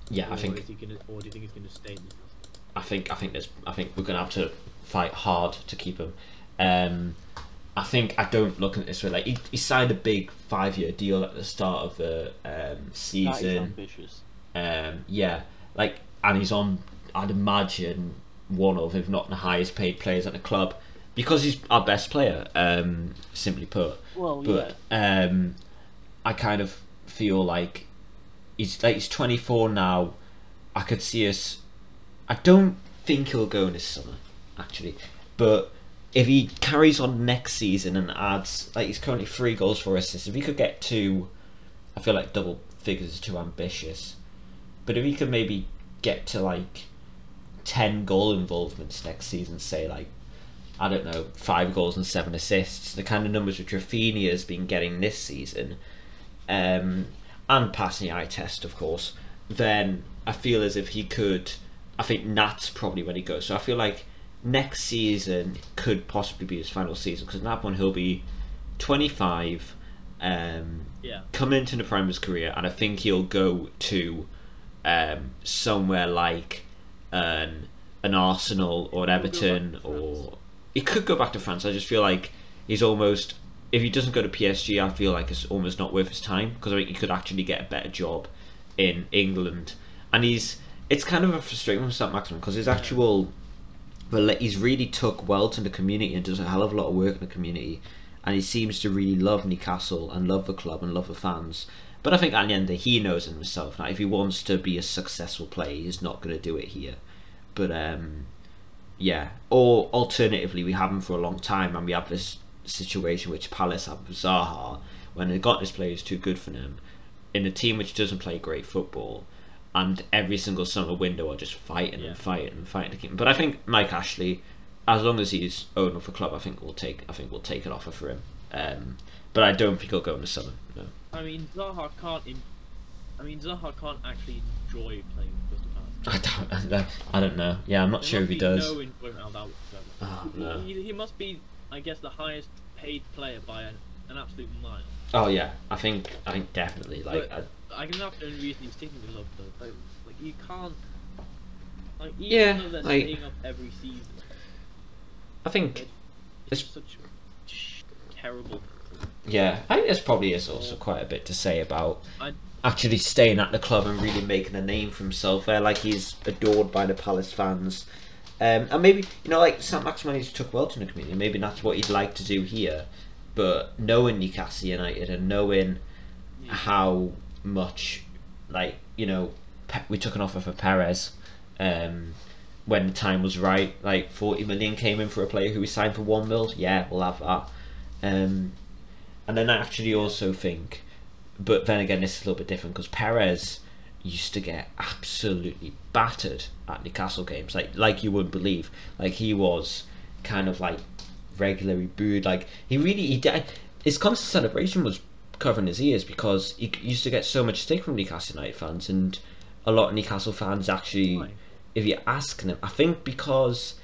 Speaker 2: Yeah, I
Speaker 1: or
Speaker 2: think
Speaker 1: Is he gonna, or do you think he's gonna stay? In the
Speaker 2: I think I think there's I think we're gonna have to fight hard to keep him. Um, I think I don't look at this way like he, he signed a big five year deal at the start of the um,
Speaker 1: That is
Speaker 2: season.
Speaker 1: ambitious.
Speaker 2: Um, yeah, like and he's on I'd imagine one of if not the highest paid players at the club because he's our best player. Um, simply put
Speaker 1: Well,
Speaker 2: but um, I kind of feel like he's like he's 24 now. I could see us. I don't think he'll go in this summer, actually. But if he carries on next season and adds like he's currently three goals for assists, if he could get two, I feel like double figures is too ambitious. But if he could maybe get to like 10 goal involvements next season, say like I don't know, five goals and seven assists, the kind of numbers which Rafinha has been getting this season, um, and passing the eye test, of course, then I feel as if he could. I think that's probably when he goes. So I feel like next season could possibly be his final season because at that point he'll be 25, um,
Speaker 1: yeah,
Speaker 2: come into the prime of his career, and I think he'll go to um, somewhere like an an Arsenal or an
Speaker 1: He'll go back to
Speaker 2: Everton,
Speaker 1: France.
Speaker 2: or he could go back to France. I just feel like he's almost if he doesn't go to PSG, I feel like it's almost not worth his time because I think he could actually get a better job in England, and he's it's kind of a frustrating one for St. Maximum because his actual but like, he's really took well to the community and does a hell of a lot of work in the community and he seems to really love Newcastle and love the club and love the fans but I think at the end he knows himself now if he wants to be a successful player he's not going to do it here but um yeah or alternatively we have him for a long time and we have this situation which Palace have with Zaha when they got this player who's too good for them in a team which doesn't play great football and every single summer window are just fighting
Speaker 1: Yeah.
Speaker 2: and fighting and fighting to keep him. But I think Mike Ashley, as long as he's owner of the club, I think we'll take I think we'll take an offer for him. Um, but I don't think he'll go in the summer. No.
Speaker 1: I mean Zaha can't. Im- I mean Zaha can't actually enjoy playing for Crystal Palace.
Speaker 2: I don't I don't- I don't know. Yeah, I'm not
Speaker 1: There
Speaker 2: sure if
Speaker 1: must
Speaker 2: he
Speaker 1: be
Speaker 2: does.
Speaker 1: No enjoyment out of that whatsoever.
Speaker 2: Oh,
Speaker 1: He-
Speaker 2: no.
Speaker 1: He, he must be, I guess, the highest paid player by an, an absolute mile.
Speaker 2: Oh yeah, I think I think definitely like I,
Speaker 1: But- I can that's the only reason he's sticking with love though. Like, like you can't. Like, even
Speaker 2: Yeah,
Speaker 1: though they're
Speaker 2: like-
Speaker 1: staying up every season,
Speaker 2: I think
Speaker 1: it's
Speaker 2: It's-
Speaker 1: such sh- terrible.
Speaker 2: yeah I think this probably is also quite a bit to say about
Speaker 1: I-
Speaker 2: actually staying at the club and really making a name for himself there. Like he's adored by the Palace fans. Um, and maybe you know, like St. Maximin took well to the community. Maybe that's what he'd like to do here. But knowing Newcastle United and knowing
Speaker 1: Yeah.
Speaker 2: how much, like you know, Pe- we took an offer for Perez um, when the time was right. Like forty million came in for a player who we signed for one mil. Yeah, we'll have that. Um, and then I actually also think, but then again, this is a little bit different because Perez used to get absolutely battered at Newcastle games, like like you wouldn't believe. Like he was kind of like regularly booed. Like he really he di- his constant celebration was covering his ears because he c- used to get so much stick from Newcastle United fans, and a lot of Newcastle fans actually,
Speaker 1: Why?
Speaker 2: if you ask them, I think because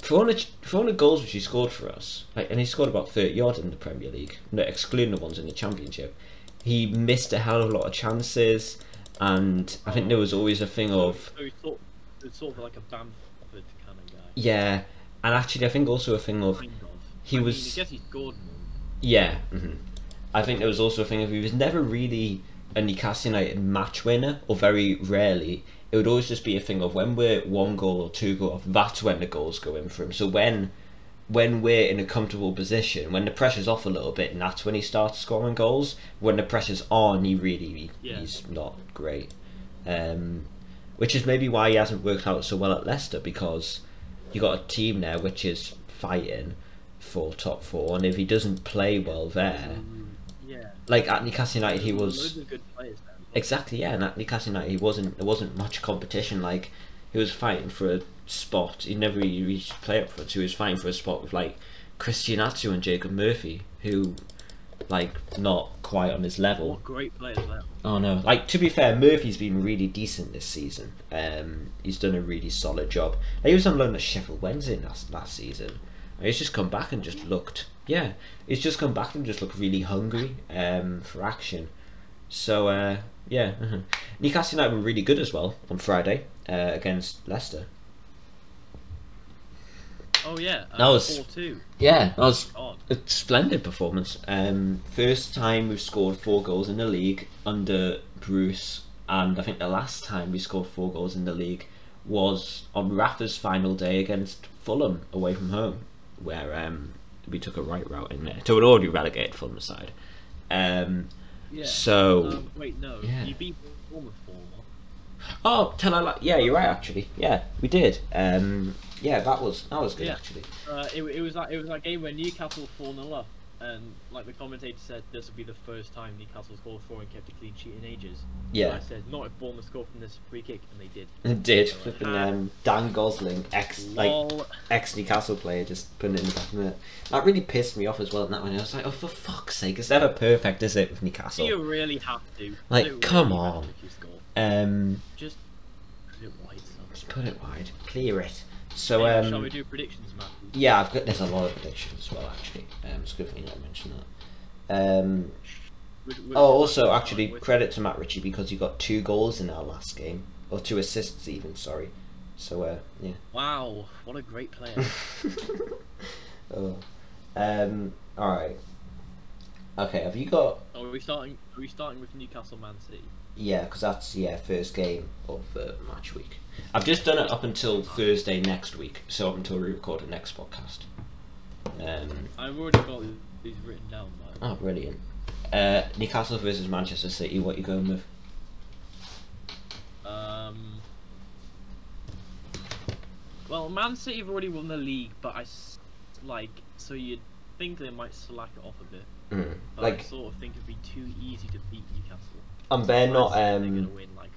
Speaker 2: for all the for all the goals which he scored for us, like, and he scored about thirty odd in the Premier League, no, excluding the ones in the Championship, he missed a hell of a lot of chances, and I think there was always a thing of
Speaker 1: So it's sort, it's sort of like a Bamford kind of guy.
Speaker 2: yeah, and actually I think also a thing of
Speaker 1: Kind of.
Speaker 2: He
Speaker 1: I mean,
Speaker 2: was-
Speaker 1: I guess he's Gordon.
Speaker 2: Yeah, hmm I think there was also a thing of he was never really a Newcastle United match winner, or very rarely. It would always just be a thing of when we're one goal or two goal off, that's when the goals go in for him. So when when we're in a comfortable position, when the pressure's off a little bit, and that's when he starts scoring goals. When the pressure's on, he really he-
Speaker 1: Yeah.
Speaker 2: he's not great. Um, which is maybe why he hasn't worked out so well at Leicester because you got a team there which is fighting for top four, and if he doesn't play well there,
Speaker 1: Yeah.
Speaker 2: like at Newcastle United, he
Speaker 1: There's
Speaker 2: was
Speaker 1: Loads of good players there.
Speaker 2: exactly yeah, and at Newcastle United, he wasn't there wasn't much competition. Like he was fighting for a spot. He never really reached play up front. So he was fighting for a spot with like Christian Atsu and Jacob Murphy, who like not quite on his level.
Speaker 1: Great players that.
Speaker 2: Oh no! Like to be fair, Murphy's been really decent this season. Um, he's done a really solid job. Like, he was on loan at Sheffield Wednesday last last season. And he's just come back and just looked. Yeah, he's just come back and just looked really hungry um, for action. So uh, yeah, uh Newcastle United were really good as well on Friday uh, against Leicester.
Speaker 1: Oh yeah, uh,
Speaker 2: That was-
Speaker 1: four two.
Speaker 2: Yeah, that was
Speaker 1: God,
Speaker 2: a splendid performance. Um, first time we've scored four goals in the league under Bruce, and I think the last time we scored four goals in the league was on Rafa's final day against Fulham away from home, where um, we took a right route in there to an already relegated Fulham side. Um,
Speaker 1: yeah.
Speaker 2: So-
Speaker 1: um, wait, no,
Speaker 2: Yeah.
Speaker 1: you beat Bournemouth four one.
Speaker 2: oh, tell I like yeah, you're right actually. Yeah, we did. Um, yeah, that was that was good
Speaker 1: Yeah.
Speaker 2: actually.
Speaker 1: Uh, it, it was that it was that game where Newcastle four 0 up, and like the commentator said, this will be the first time Newcastle scored four and kept a clean sheet in ages. And
Speaker 2: Yeah,
Speaker 1: I said not if Bournemouth scored from this free kick, and they did.
Speaker 2: it did. Flipping um, Dan Gosling, ex like
Speaker 1: Lol.
Speaker 2: ex Newcastle player just putting it in the back of the net. That really pissed me off as well. And that one, I was like, oh for fuck's sake, it's never perfect, is it, with
Speaker 1: Do you
Speaker 2: Newcastle?
Speaker 1: really have to?
Speaker 2: Like,
Speaker 1: Do you
Speaker 2: come
Speaker 1: really have
Speaker 2: on.
Speaker 1: to if you score?
Speaker 2: Um,
Speaker 1: Just put it wide. son.
Speaker 2: just put it wide, clear it. So
Speaker 1: Anyway, shall we
Speaker 2: um,
Speaker 1: do predictions, Matthew?
Speaker 2: yeah, I've got there's a lot of predictions as well actually. Um, it's good for you not to mention that. Um,
Speaker 1: Would- would-
Speaker 2: oh, also actually
Speaker 1: would-
Speaker 2: credit to Matt Ritchie because he got two goals in our last game, or two assists even. Sorry. So uh, yeah.
Speaker 1: Wow, what a great player.
Speaker 2: oh. Um. All right. Okay. Have you got
Speaker 1: are we starting? Are we starting with Newcastle, Man City?
Speaker 2: Yeah, because that's yeah first game of uh, match week. I've just done it up until Thursday next week, so up until we record the next podcast. Um,
Speaker 1: I've already got these written down. Though.
Speaker 2: oh, brilliant! Uh, Newcastle versus Manchester City. What you going with? Oh.
Speaker 1: Um. Well, Man City have already won the league, but I s- like so you'd think they might slack it off a bit. But I
Speaker 2: Like,
Speaker 1: sort of think it'd be too easy to beat Newcastle.
Speaker 2: and they're
Speaker 1: Man
Speaker 2: not.
Speaker 1: City, They're gonna
Speaker 2: Um,
Speaker 1: win. Like,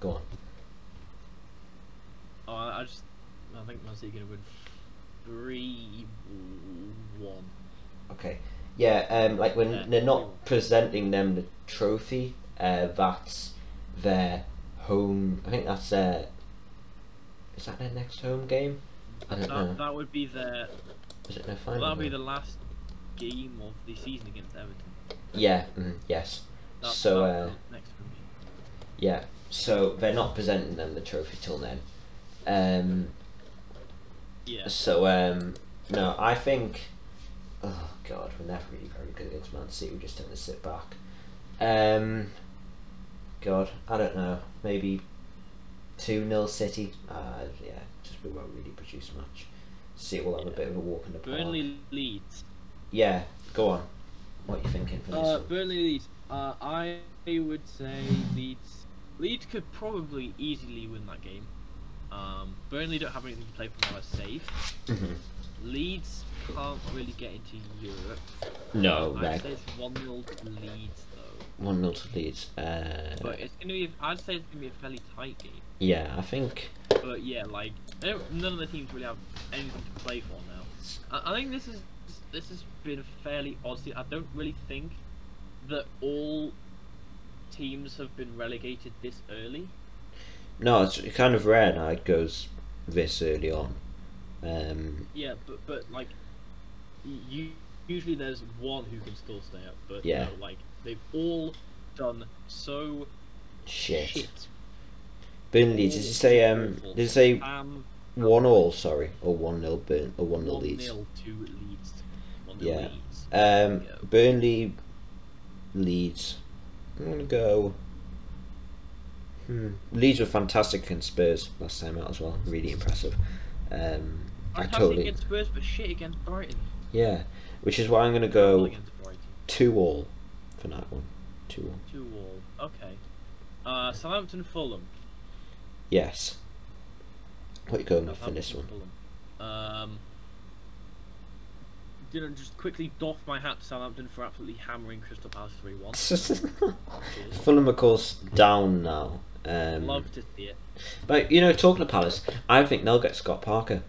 Speaker 2: go on.
Speaker 1: oh, I I just I think Man City are gonna win three one.
Speaker 2: Okay. Yeah. Um, like when
Speaker 1: Yeah.
Speaker 2: they're not presenting them the trophy, uh, that's their home. I think that's their. Is that their next home game? I don't know.
Speaker 1: That, that would be their
Speaker 2: Is it their
Speaker 1: well,
Speaker 2: final?
Speaker 1: that'd be
Speaker 2: home?
Speaker 1: the last game of the season against Everton.
Speaker 2: Yeah. Mm, yes.
Speaker 1: That's
Speaker 2: So,
Speaker 1: that-
Speaker 2: uh,
Speaker 1: that's next for me.
Speaker 2: Yeah. So they're not presenting them the trophy till then. Um.
Speaker 1: Yeah.
Speaker 2: So um. No, I think. Oh God, we're never really very good against Man City. We just tend to sit back. Um. God, I don't know. Maybe two 0 City. Uh, yeah, just we won't really produce much. City will have a bit of a walk in the park.
Speaker 1: Burnley leads.
Speaker 2: Yeah, go on. What are you thinking for this?
Speaker 1: Uh,
Speaker 2: one?
Speaker 1: Burnley Leeds. Uh, I would say Leeds. Leeds could probably easily win that game. Um, Burnley don't have anything to play for now. Are safe.
Speaker 2: Mhm.
Speaker 1: Leeds can't really get into Europe.
Speaker 2: no,
Speaker 1: I'd
Speaker 2: Meg.
Speaker 1: say it's one 0 to Leeds though.
Speaker 2: One 0 to Leeds. Uh,
Speaker 1: But it's gonna be. I'd say it's gonna be a fairly tight game.
Speaker 2: yeah, I think.
Speaker 1: But yeah, like I don't- none of the teams really have anything to play for now. I, I think this is this has been fairly odd. se- I don't really think that all teams have been relegated this early.
Speaker 2: No, it's kind of rare now it goes this early on. Um,
Speaker 1: Yeah, but but like you usually there's one who can still stay up, but
Speaker 2: Yeah.
Speaker 1: no, like they've all done so
Speaker 2: shit.
Speaker 1: shit.
Speaker 2: Burnley, did you say um?
Speaker 1: Awful.
Speaker 2: Did you say
Speaker 1: Um,
Speaker 2: one all? Sorry, or one nil Burn or one nil
Speaker 1: one
Speaker 2: Leeds?
Speaker 1: nil to Leeds. One
Speaker 2: Yeah.
Speaker 1: nil Leeds.
Speaker 2: Um,
Speaker 1: Yeah.
Speaker 2: Burnley, Leeds. I'm gonna go. Hmm. Leeds were fantastic against Spurs last time out as well. Really impressive. Um, I
Speaker 1: Fantastic
Speaker 2: totally
Speaker 1: against Spurs, but shit against Brighton.
Speaker 2: yeah, which is why I'm gonna
Speaker 1: Well,
Speaker 2: go
Speaker 1: against Brighton.
Speaker 2: two all for that one. Two all.
Speaker 1: Two all. Okay. Uh, Southampton Fulham.
Speaker 2: Yes. What you going with for
Speaker 1: Southampton,
Speaker 2: this one?
Speaker 1: Fulham. Um, gonna just quickly doff my hat to Southampton for absolutely hammering Crystal Palace three one.
Speaker 2: Fulham, of course, down now. Um,
Speaker 1: Love to see it.
Speaker 2: but you know, talking to Palace, I think they'll get Scott Parker.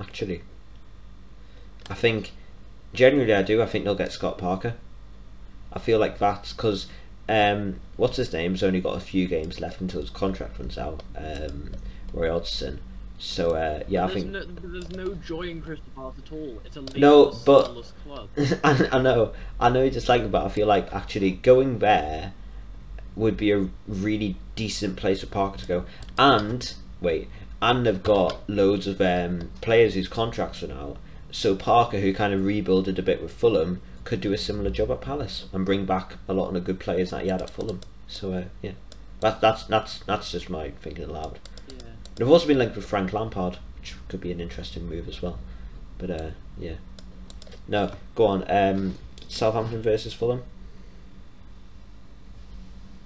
Speaker 2: Actually, I think generally I do. I think they'll get Scott Parker. I feel like that's because um, what's his name's only got a few games left until his contract runs out. Um, Roy Hodgson. So uh, yeah, I
Speaker 1: there's,
Speaker 2: think
Speaker 1: no, there's no joy in Crystal Palace at all. It's a
Speaker 2: No,
Speaker 1: leaderless,
Speaker 2: but-
Speaker 1: soulless club.
Speaker 2: I, I know, I know you dislike it, but I feel like actually going there would be a really decent place for Parker to go. And wait, and they've got loads of um, players whose contracts are out. So Parker, who kind of rebuilded a bit with Fulham, could do a similar job at Palace and bring back a lot of the good players that he had at Fulham. So uh, yeah, that, that's that's that's just my thinking aloud.
Speaker 1: Yeah.
Speaker 2: They've also been linked with Frank Lampard, which could be an interesting move as well. But uh, yeah, no, go on. Um, Southampton versus Fulham.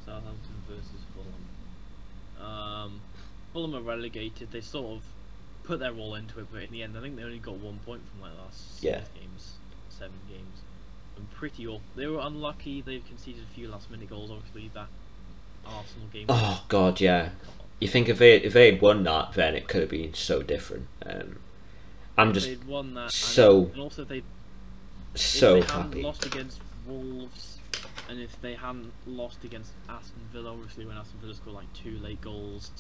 Speaker 1: Southampton versus Fulham. Um, Fulham are relegated. They sort of put their all into it, but in the end, I think they only got one point from their last six
Speaker 2: Yeah.
Speaker 1: games, seven games. And pretty awful. They were unlucky. They've conceded a few last-minute goals. Obviously, that Arsenal game.
Speaker 2: Oh God, yeah. You think if they if they had won that, then it could have been so different. Um, I'm just
Speaker 1: they'd won that. and-
Speaker 2: so-
Speaker 1: And also, they
Speaker 2: so
Speaker 1: if they hadn't
Speaker 2: happy.
Speaker 1: lost against Wolves, and if they hadn't lost against Aston Villa, obviously when Aston Villa scored like two late goals,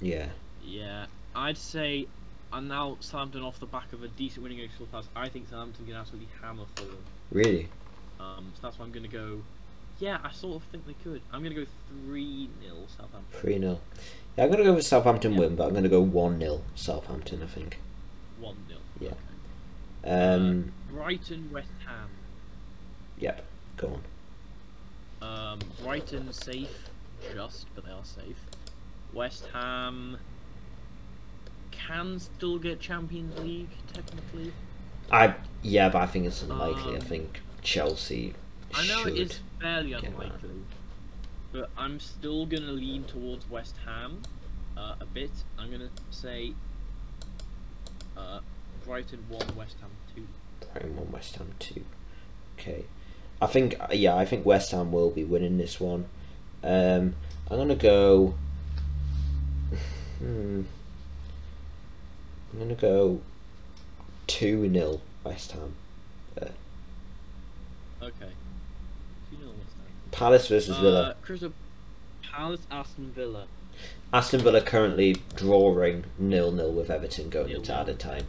Speaker 2: Yeah,
Speaker 1: yeah, I'd say, and now Southampton off the back of a decent winning against Crystal Palace, I think Southampton can absolutely hammer Fulham.
Speaker 2: really.
Speaker 1: Um, so that's why I'm gonna go. Yeah, I sort of think they could. I'm gonna go three 0 Southampton,
Speaker 2: Three 0 Yeah, I'm gonna go with Southampton
Speaker 1: Yeah.
Speaker 2: win, but I'm gonna go one 0 Southampton. I think.
Speaker 1: one 0
Speaker 2: Yeah. Um,
Speaker 1: Brighton, West Ham.
Speaker 2: yep. Go on.
Speaker 1: Um, Brighton safe, just, but they are safe. West Ham can still get Champions League technically.
Speaker 2: I yeah, but I think it's unlikely. I
Speaker 1: Um,
Speaker 2: think Chelsea.
Speaker 1: I know
Speaker 2: should.
Speaker 1: it is fairly
Speaker 2: get that.
Speaker 1: unlikely, but I'm still gonna lean towards West Ham uh, a bit. I'm gonna say uh, Brighton one, West Ham two.
Speaker 2: Brighton one, West Ham two. Okay, I think uh, yeah, I think West Ham will be winning this one. Um, I'm gonna go. Hmm. I'm gonna go two 0 West Ham. Uh,
Speaker 1: Okay. Two nil West Ham.
Speaker 2: Palace versus
Speaker 1: Uh,
Speaker 2: Villa.
Speaker 1: Crystal Palace, Aston Villa.
Speaker 2: Aston Villa currently drawing nil nil with Everton going
Speaker 1: Nil-nil.
Speaker 2: into added time.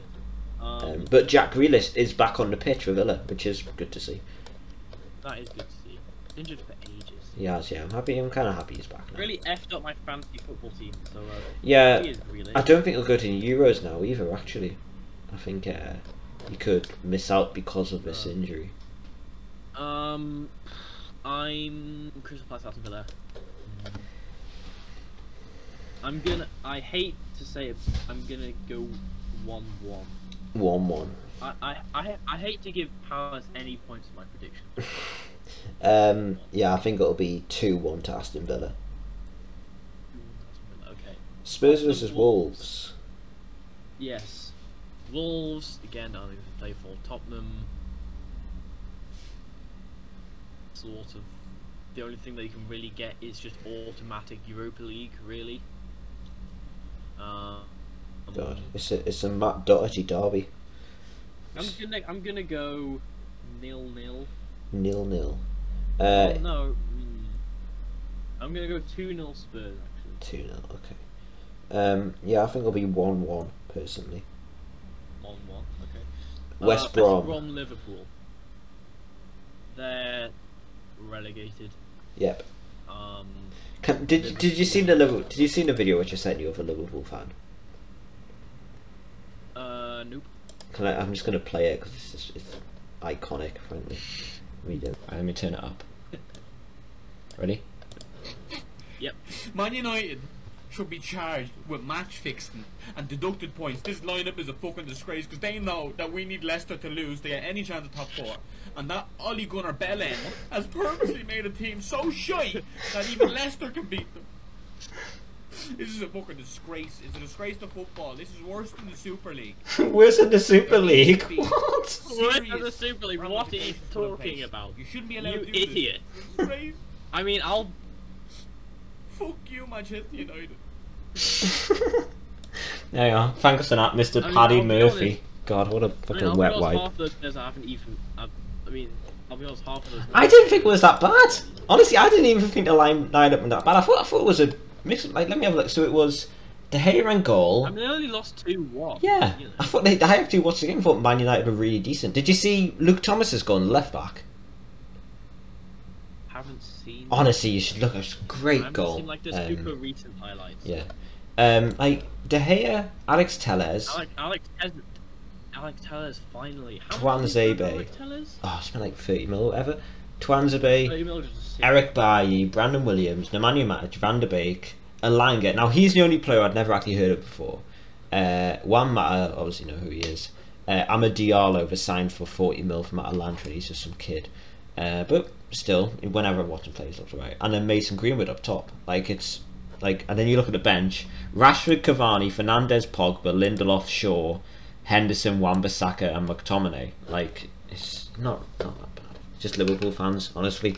Speaker 1: Um,
Speaker 2: Um, but Jack Grealish is back on the pitch for Villa, which is good to see.
Speaker 1: That is good to see. Injured for ages.
Speaker 2: He has, yeah. I'm happy. I'm kind of happy he's back now.
Speaker 1: Really effed up my fantasy football team. So uh,
Speaker 2: Yeah,
Speaker 1: he is really.
Speaker 2: I don't think he'll go to the Euros now either. Actually, I think uh, he could miss out because of this
Speaker 1: Uh,
Speaker 2: injury.
Speaker 1: Um, I'm Crystal Palace Aston Villa. I'm gonna. I hate to say it. I'm gonna go one-one.
Speaker 2: One one.
Speaker 1: I, I, I, I hate to give Palace any points in my prediction.
Speaker 2: Um, yeah, I think it'll be two one to Aston Villa.
Speaker 1: Okay.
Speaker 2: Spurs
Speaker 1: Aston
Speaker 2: versus
Speaker 1: Wolves.
Speaker 2: Wolves.
Speaker 1: Yes. Wolves again. I think they play for Tottenham. Sort of. The only thing they can really get is just automatic Europa League, really. Uh,
Speaker 2: God, it's a it's a Matt Doherty derby.
Speaker 1: I'm gonna I'm gonna go nil nil.
Speaker 2: Nil nil. Uh,
Speaker 1: oh, no, mm. I'm gonna go two nil Spurs actually.
Speaker 2: two 0 Okay. Um, yeah, I think it'll be one one personally.
Speaker 1: On one, okay. Uh,
Speaker 2: West Brom.
Speaker 1: West Brom Liverpool. They're relegated.
Speaker 2: Yep.
Speaker 1: Um,
Speaker 2: Can, did you- did you see the Liverpool, did you see the video which I sent you of a Liverpool fan?
Speaker 1: uh, nope.
Speaker 2: Can I, I'm just gonna play it because it's, just- it's iconic, frankly. Let me do it.
Speaker 4: Right, let me turn it up. Ready?
Speaker 5: Man United should be charged with match fixing and deducted points. This lineup is a fucking disgrace because they know that we need Leicester to lose to get any chance of top four. And that Ollie Gunnar Bellend has purposely made a team so shite that even Leicester can beat them. This is a fucking disgrace. It's a disgrace to football. This is worse than the Super League.
Speaker 2: Where's in the Super League?
Speaker 5: Be
Speaker 2: What?
Speaker 1: What
Speaker 5: serious
Speaker 1: are the Super League? What are you
Speaker 5: ramifications for the
Speaker 1: talking
Speaker 5: place.
Speaker 1: about?
Speaker 5: You shouldn't be allowed
Speaker 1: You
Speaker 5: to do
Speaker 1: idiot.
Speaker 5: This. Disgrace.
Speaker 1: I mean, I'll.
Speaker 5: Fuck you, Manchester United.
Speaker 4: There you are. Thanks for that, Mr.
Speaker 1: I mean,
Speaker 4: Paddy
Speaker 1: I'll be
Speaker 4: Murphy.
Speaker 1: honest.
Speaker 2: God, what
Speaker 1: I
Speaker 2: a
Speaker 1: mean,
Speaker 2: fucking
Speaker 1: I'll be
Speaker 2: wet
Speaker 1: honest,
Speaker 2: wipe.
Speaker 1: half the players I haven't even. I, I mean, I'll be honest, half of those.
Speaker 2: I didn't think it was that bad. Honestly, I didn't even think the line lined up was that bad. I thought I thought it was a mix. Like, let me have a look. So it was De Gea and goal.
Speaker 1: I mean, they only lost two one.
Speaker 2: yeah,
Speaker 1: You know.
Speaker 2: I thought they. I actually watched the game. Thought Man United were really decent. Did you see Luke Thomas has gone left back?
Speaker 1: haven't seen.
Speaker 2: Honestly, you should look. It's a
Speaker 1: I
Speaker 2: great
Speaker 1: haven't
Speaker 2: goal.
Speaker 1: seen like the
Speaker 2: Um,
Speaker 1: super recent highlights.
Speaker 2: yeah, um, like De Gea, Alex Tellez.
Speaker 1: Alex, Alex, Tes- Alex Tellers finally. How
Speaker 2: Juan
Speaker 1: much did he
Speaker 2: Zebe.
Speaker 1: earn, Alex Tellers?
Speaker 2: Oh, it's been like thirty mil or whatever. Twanzebe.
Speaker 1: Oh, you know, just a secret.
Speaker 2: Eric Bailly, Brandon Williams, Nemanja Matic, Van der Beek, Alanga. Now he's the only player I'd never actually heard of before. Uh, Juan Mata, obviously know who he is. Uh, Amad Diallo was signed for 40 mil from Atalanta. He's just some kid, uh, but still, whenever I'm watching plays, looks right. And then Mason Greenwood up top, like it's like. And then you look at the bench: Rashford, Cavani, Fernandez, Pogba, Lindelof, Shaw, Henderson, Wan-Bissaka, and McTominay. Like it's not not that bad. Just Liverpool fans, honestly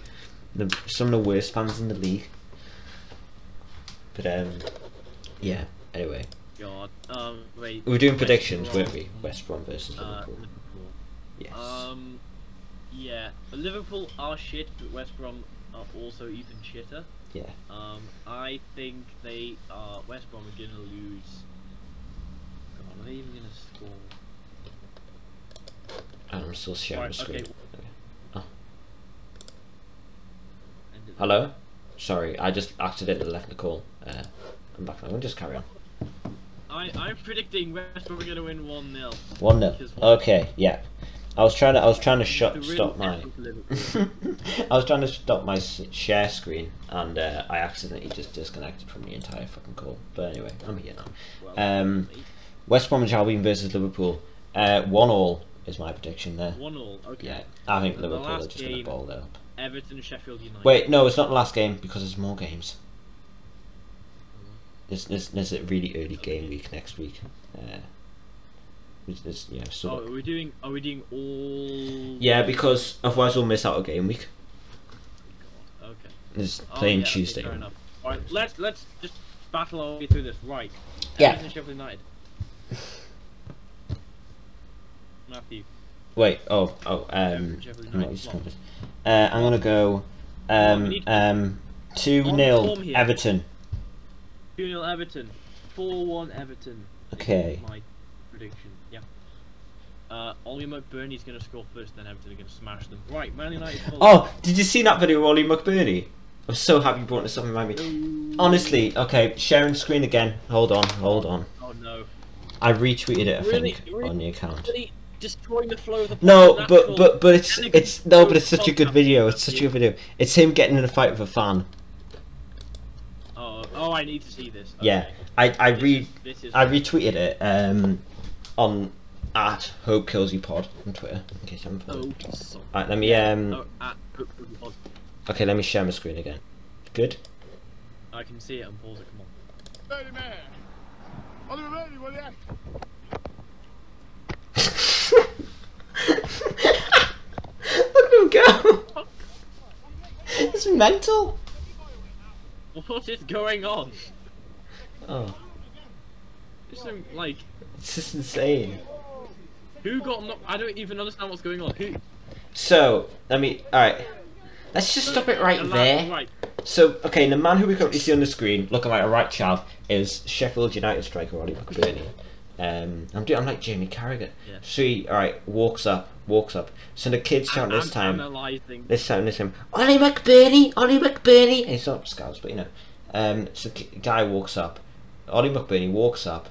Speaker 2: the, some of the worst fans in the league. But um, yeah. Anyway,
Speaker 1: God. Um, wait.
Speaker 2: we were doing
Speaker 1: West
Speaker 2: predictions,
Speaker 1: Brom,
Speaker 2: weren't we? West Brom versus
Speaker 1: Uh,
Speaker 2: Liverpool.
Speaker 1: Liverpool.
Speaker 2: Yes.
Speaker 1: Um, yeah, Liverpool are shit, but West Brom are also even shitter.
Speaker 2: Yeah.
Speaker 1: Um, I think they are West Brom are gonna lose. God, are they even gonna score?
Speaker 2: And I'm still sharing
Speaker 1: Right,
Speaker 2: the screen. Oh,
Speaker 1: okay. End it there.
Speaker 2: Hello. Sorry, I just accidentally left the call. Uh, I'm back now. We'll just carry on.
Speaker 1: I I'm predicting West Brom are gonna win one 0
Speaker 2: One 0
Speaker 1: Just one.
Speaker 2: Okay. Yeah. I was trying to. I was trying to shut stop my. I was trying to stop my s- share screen and uh, I accidentally just disconnected from the entire fucking call. But anyway, I'm here now. Um, West Bromwich Albion versus Liverpool. Uh, one all is my prediction there.
Speaker 1: one all. Okay.
Speaker 2: Yeah, I think
Speaker 1: The
Speaker 2: Liverpool are
Speaker 1: last
Speaker 2: just going to
Speaker 1: game-
Speaker 2: ball it up.
Speaker 1: Everton, Sheffield United.
Speaker 2: Wait, no, it's not the last game because there's more games. There's, there's, there's a really early game week next week. Uh, there's, there's, yeah, so
Speaker 1: Oh, are we doing? Are we doing all?
Speaker 2: yeah, because otherwise we'll miss out a game week.
Speaker 1: Okay.
Speaker 2: There's
Speaker 1: Oh,
Speaker 2: playing
Speaker 1: yeah, okay,
Speaker 2: Tuesday.
Speaker 1: fair enough. All right, let's let's just battle our way through this. Right.
Speaker 2: Yeah.
Speaker 1: Everton, Sheffield United. Matthew.
Speaker 2: Wait, oh, oh, um,
Speaker 1: Sheffield
Speaker 2: I'm not
Speaker 1: United,
Speaker 2: used to
Speaker 1: come on.
Speaker 2: numbers. Uh, I'm gonna go, um,
Speaker 1: Oh, need-
Speaker 2: um, two
Speaker 1: On
Speaker 2: nil
Speaker 1: form here.
Speaker 2: Everton.
Speaker 1: 2 0 Everton. 4 1 Everton. is
Speaker 2: Okay.
Speaker 1: My prediction. Yeah. Uh, Ollie McBurney's going to score first, then Everton are going to smash them. Right, Man United. Fulham.
Speaker 2: Oh, did you see that video of Ollie McBurney? I'm so happy you brought this up and reminded me.
Speaker 1: No.
Speaker 2: Honestly, okay, sharing screen again. Hold on, hold on.
Speaker 1: Oh no.
Speaker 2: I retweeted it, I
Speaker 1: Really?
Speaker 2: think,
Speaker 1: Really?
Speaker 2: on the account.
Speaker 1: Really destroying the flow of the.
Speaker 2: No,
Speaker 1: that's
Speaker 2: but
Speaker 1: all.
Speaker 2: but but it's
Speaker 1: And the
Speaker 2: it's no, but
Speaker 1: control
Speaker 2: it's such a good
Speaker 1: podcast.
Speaker 2: video. It's such a good video. It's him getting in a fight with a fan.
Speaker 1: Oh, oh, I need to see this.
Speaker 2: Yeah,
Speaker 1: Okay.
Speaker 2: I I
Speaker 1: This
Speaker 2: re
Speaker 1: is- This is.
Speaker 2: I retweeted it um on at Hope Kills You Pod on Twitter in case you haven't followed.
Speaker 1: Oh, so-
Speaker 2: Alright, let me um
Speaker 1: oh, ah, oh, oh,
Speaker 2: okay, let me share my screen again. Good.
Speaker 1: I can see it and pause it. Come on.
Speaker 2: Look at him go. It's mental.
Speaker 1: What is going on?
Speaker 2: Oh,
Speaker 1: This is like
Speaker 2: it's just insane.
Speaker 1: who got knocked? I don't even understand what's going on. Who?
Speaker 2: So, let me. Alright. Let's just stop it right
Speaker 1: Allow-
Speaker 2: there.
Speaker 1: Right.
Speaker 2: So, okay, the man who we currently see on the screen, looking like a right chav, is Sheffield United striker Ollie McBurney. Um, I'm doing. I'm like Jamie Carragher.
Speaker 1: Yeah.
Speaker 2: See, alright, walks up, walks up. So the kids
Speaker 1: I'm
Speaker 2: shout this time.
Speaker 1: Analyzing.
Speaker 2: This time, this time, Ollie McBurney, Ollie McBurney. It's not Scouse, but you know. Um, so k- guy walks up, Ollie McBurney walks up,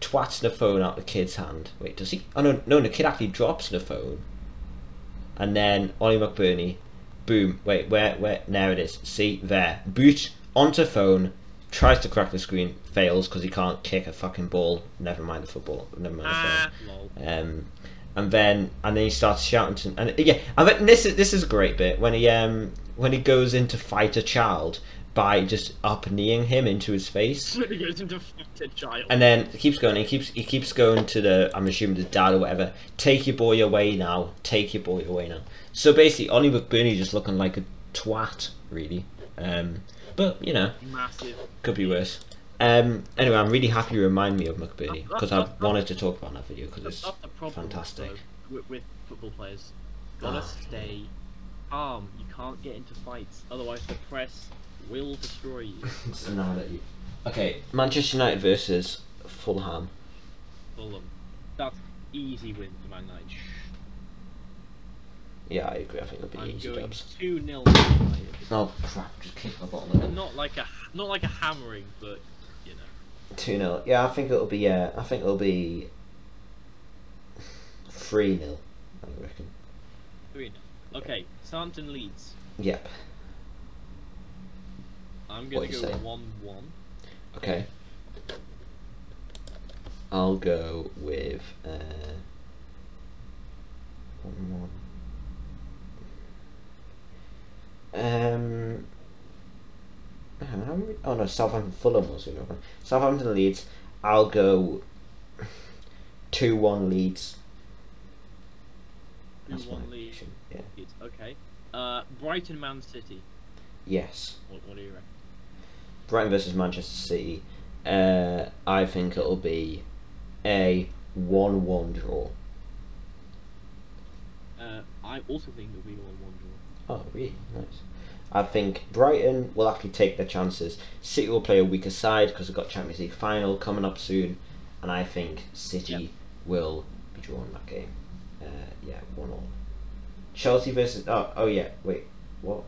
Speaker 2: twats the phone out the kid's hand. Wait, does he? Oh no, no, the kid actually drops the phone, and then Ollie McBurney, boom. Wait, where, where? There it is. See there. Boot onto phone. Tries to crack the screen, fails because he can't kick a fucking ball. Never mind the football. Never mind the phone.
Speaker 1: Ah, lol.
Speaker 2: Um, and then and then he starts shouting to, and yeah, and then this is this is a great bit when he um when he goes in to fight a child by just up kneeing him into his face,
Speaker 1: Really goes into fucked a child.
Speaker 2: and then he keeps going. He keeps he keeps going to the I'm assuming the dad or whatever. Take your boy away now. Take your boy away now. So basically, Ollie McBurney just looking like a twat really. Um, but you know
Speaker 1: Massive.
Speaker 2: could be worse. Um, anyway, I'm really happy you remind me of McBurney because I wanted to talk about that video because
Speaker 1: That's
Speaker 2: it's
Speaker 1: not the problem.
Speaker 2: fantastic.
Speaker 1: though, With, with football players. gotta
Speaker 2: Ah.
Speaker 1: stay calm. You can't get into fights, otherwise the press will destroy you.
Speaker 4: So now that you. Okay,
Speaker 2: Manchester United versus Fulham.
Speaker 1: Fulham. That's easy win for Man United.
Speaker 2: Yeah, I agree. I think it'll be
Speaker 1: I'm
Speaker 2: easy
Speaker 1: going
Speaker 2: jobs.
Speaker 1: two 0 United.
Speaker 4: Oh crap! Just kicked my bottom again.
Speaker 1: Not like a not like a hammering, but you know.
Speaker 2: Two 0 Yeah, I think it'll be. Yeah, I think it'll be three 0 I reckon.
Speaker 1: Three. Okay, Southampton Leeds.
Speaker 2: Yep.
Speaker 1: I'm gonna
Speaker 2: What you
Speaker 1: go
Speaker 2: say?
Speaker 1: one one.
Speaker 2: Okay. I'll go with uh, one one. Um. hang on, how many- Oh no, Southampton Fulham was the other one. Southampton Leeds. I'll go two one Leeds.
Speaker 1: Two
Speaker 2: That's my
Speaker 1: one Leeds.
Speaker 2: prediction, Yeah.
Speaker 1: Okay. Uh, Brighton Man City.
Speaker 2: Yes.
Speaker 1: What, what do you reckon?
Speaker 2: Brighton versus Manchester City. Uh, I think it'll be a one-one draw.
Speaker 1: Uh, I also think it'll be one one draw.
Speaker 2: Oh, really nice. I think Brighton will actually take their chances. City will play a weaker side because they've got Champions League final coming up soon, and I think City
Speaker 1: Yep.
Speaker 2: will be drawn that game. Uh, yeah, one all. Chelsea versus oh oh yeah wait what?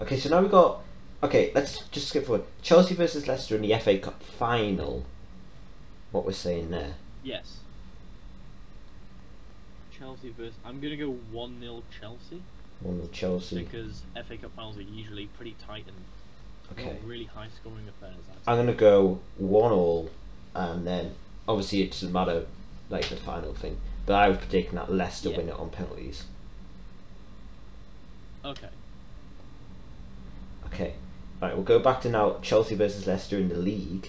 Speaker 2: Okay, so now we've got okay. Let's just skip forward. Chelsea versus Leicester in the FA Cup final. What we're saying there?
Speaker 1: Yes. Chelsea versus. I'm gonna go one 0 Chelsea
Speaker 2: One of Chelsea.
Speaker 1: because FA Cup finals are usually pretty tight and
Speaker 2: Okay.
Speaker 1: not really high scoring affairs. I'd
Speaker 2: I'm
Speaker 1: say.
Speaker 2: gonna go one all, and then obviously it doesn't matter, like the final thing. But I was predicting that Leicester
Speaker 1: Yeah.
Speaker 2: win it on penalties.
Speaker 1: Okay.
Speaker 2: Okay, all right. We'll go back to now Chelsea versus Leicester in the league.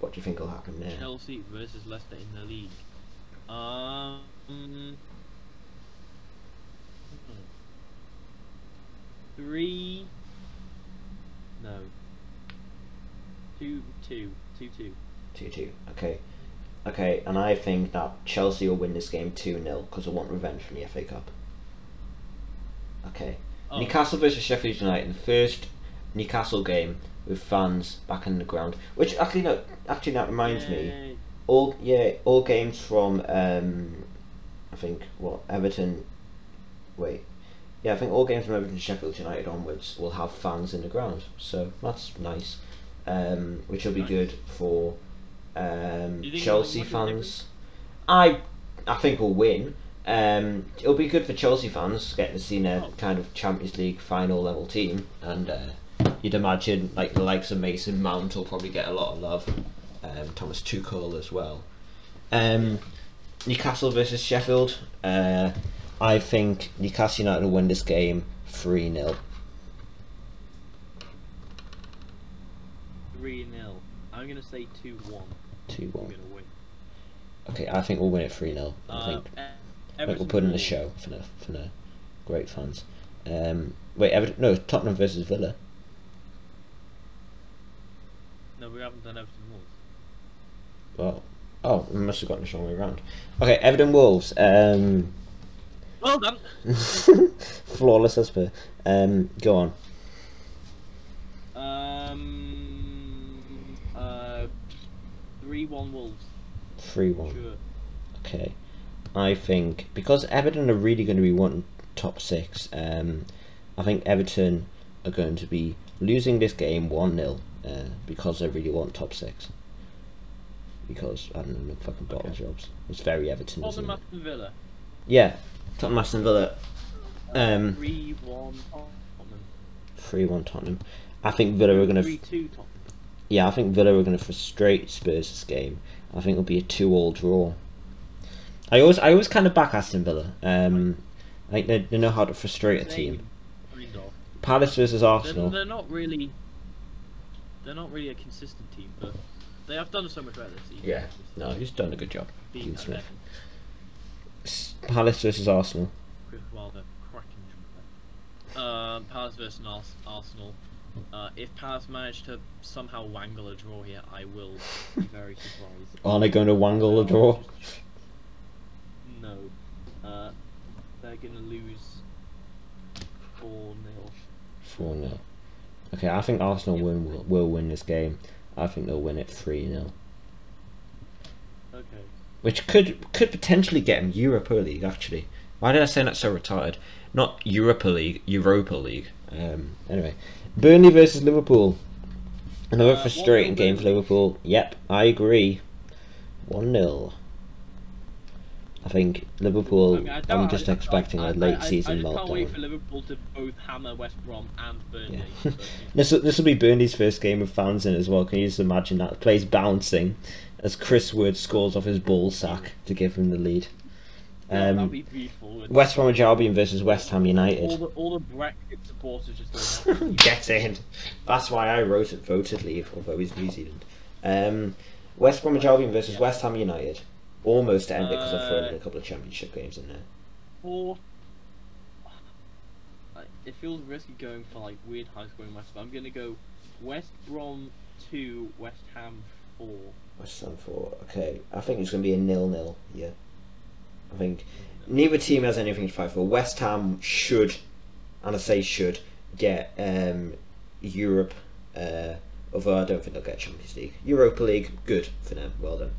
Speaker 2: What do you think will happen there?
Speaker 1: Chelsea versus Leicester in the league. Um. Three. No. Two, two, two, two.
Speaker 2: Two two. Okay, okay. And I think that Chelsea will win this game two 0 because they want revenge from the FA Cup. Okay.
Speaker 1: Oh,
Speaker 2: Newcastle versus Sheffield United, the first Newcastle game with fans back in the ground. Which actually no, actually that reminds me.
Speaker 1: yay.
Speaker 2: all yeah, all games from um, I think what Everton. Wait, yeah, I think all games from Everton and Sheffield United onwards will have fans in the ground, so that's nice. Um, which will be
Speaker 1: Nice.
Speaker 2: good for um,
Speaker 1: Do you think
Speaker 2: Chelsea
Speaker 1: it'll be much of a
Speaker 2: fans. I I think we'll win. Um, it'll be good for Chelsea fans getting to see their
Speaker 1: Oh.
Speaker 2: kind of Champions League final level team, and uh, you'd imagine like the likes of Mason Mount will probably get a lot of love. Um, Thomas Tuchel as well. Um, Newcastle versus Sheffield. Uh, I think Newcastle United will win this game three 0
Speaker 1: Three nil. I'm gonna say two one.
Speaker 2: two
Speaker 1: We're
Speaker 2: one.
Speaker 1: gonna win.
Speaker 2: Okay, I think we'll win it three 0 I
Speaker 1: Uh,
Speaker 2: think.
Speaker 1: E-
Speaker 2: I think
Speaker 1: Everton
Speaker 2: we'll put in a
Speaker 1: Wolves.
Speaker 2: show for the for the great fans. Um, wait, Everton, no Tottenham versus Villa.
Speaker 1: No, we haven't done Everton Wolves.
Speaker 2: Well, oh, we must have gotten this wrong way around. Okay, Everton Wolves. Um,
Speaker 1: Well done.
Speaker 2: flawless as per. Um, go on.
Speaker 1: Um. Uh. Three one Wolves.
Speaker 2: Three one.
Speaker 1: Sure.
Speaker 2: Okay. I think because Everton are really going to be wanting top six, um, I think Everton are going to be losing this game 1 0 uh, because they really want top six. Because I don't know, no fucking bottle
Speaker 1: Okay.
Speaker 2: jobs. It's very Everton.
Speaker 1: Tottenham
Speaker 2: Isn't it?
Speaker 1: Aston Villa.
Speaker 2: Yeah, Tottenham Aston Villa Um,
Speaker 1: three one Tottenham.
Speaker 2: 3 1 Tottenham. I think Villa are going to.
Speaker 1: three two Tottenham.
Speaker 2: Yeah, I think Villa are going to frustrate Spurs this game. I think it'll be a two-all draw. I always, I always kind of back Aston Villa. Um, I think they, they know how to frustrate a team.
Speaker 1: Kind of.
Speaker 2: Palace versus
Speaker 1: They're,
Speaker 2: Arsenal.
Speaker 1: they're not really. They're not really a consistent team, but they have done so much better this season.
Speaker 2: Yeah, no, he's done a good job.
Speaker 1: Being
Speaker 2: Dean
Speaker 1: that
Speaker 2: Smith.
Speaker 1: Beckham,
Speaker 2: S- Palace versus Arsenal.
Speaker 1: Chris Wilder, cracking jumper. Um, Palace versus Ars- Arsenal. Uh, if Palace manage to somehow wangle a draw here, I will be very surprised.
Speaker 2: Are they going to wangle a draw?
Speaker 1: No. Uh, they're gonna
Speaker 2: 4 0. Okay, I think Arsenal win, will, will win this game. I think they'll win it 3 0.
Speaker 1: Okay.
Speaker 2: Which could could potentially get them Europa League, actually. Why did I say that so retarded? Not Europa League, Europa League. Um, anyway, Burnley versus Liverpool. Another
Speaker 6: Uh,
Speaker 2: frustrating
Speaker 6: 1-0
Speaker 2: game for
Speaker 6: Burnley.
Speaker 2: Liverpool. Yep, I agree. 1 0. I think Liverpool,
Speaker 1: I mean, I
Speaker 2: I
Speaker 1: don't-
Speaker 2: am just
Speaker 1: I- I-
Speaker 2: expecting
Speaker 1: I-
Speaker 2: a
Speaker 1: I-
Speaker 2: late
Speaker 1: I-
Speaker 2: season
Speaker 1: I just can't wait
Speaker 2: meltdown.
Speaker 1: for Liverpool to both hammer West Brom and Burnley.
Speaker 2: Yeah.
Speaker 1: but-
Speaker 2: This will, this will be Burnley's first game with fans in as well. Can you just imagine that? The play's bouncing as Chris Wood scores off his ball sack to give him the lead.
Speaker 1: Yeah,
Speaker 2: Um,
Speaker 1: that'd be beautiful. wouldn't
Speaker 2: West Bromwich Albion versus West Ham
Speaker 1: it? all
Speaker 2: United.
Speaker 1: the all the Brexit supporters just going.
Speaker 2: Get in.
Speaker 7: That's why I wrote it voted leave, although he's New Zealand. Um, West Bromwich Albion versus West Ham United. Almost to end it because I've thrown in a couple of championship games in there.
Speaker 1: four. Like, It feels risky going for like weird high scoring matches, but I'm gonna go West Brom two, West Ham four.
Speaker 7: West Ham four. Okay, I think it's going to be a nil-nil. Yeah, I think neither team has anything to fight for. West Ham should, and I say should, get um, Europe. Uh, although I don't think they'll get Champions League, Europa League. Good for them. Well done.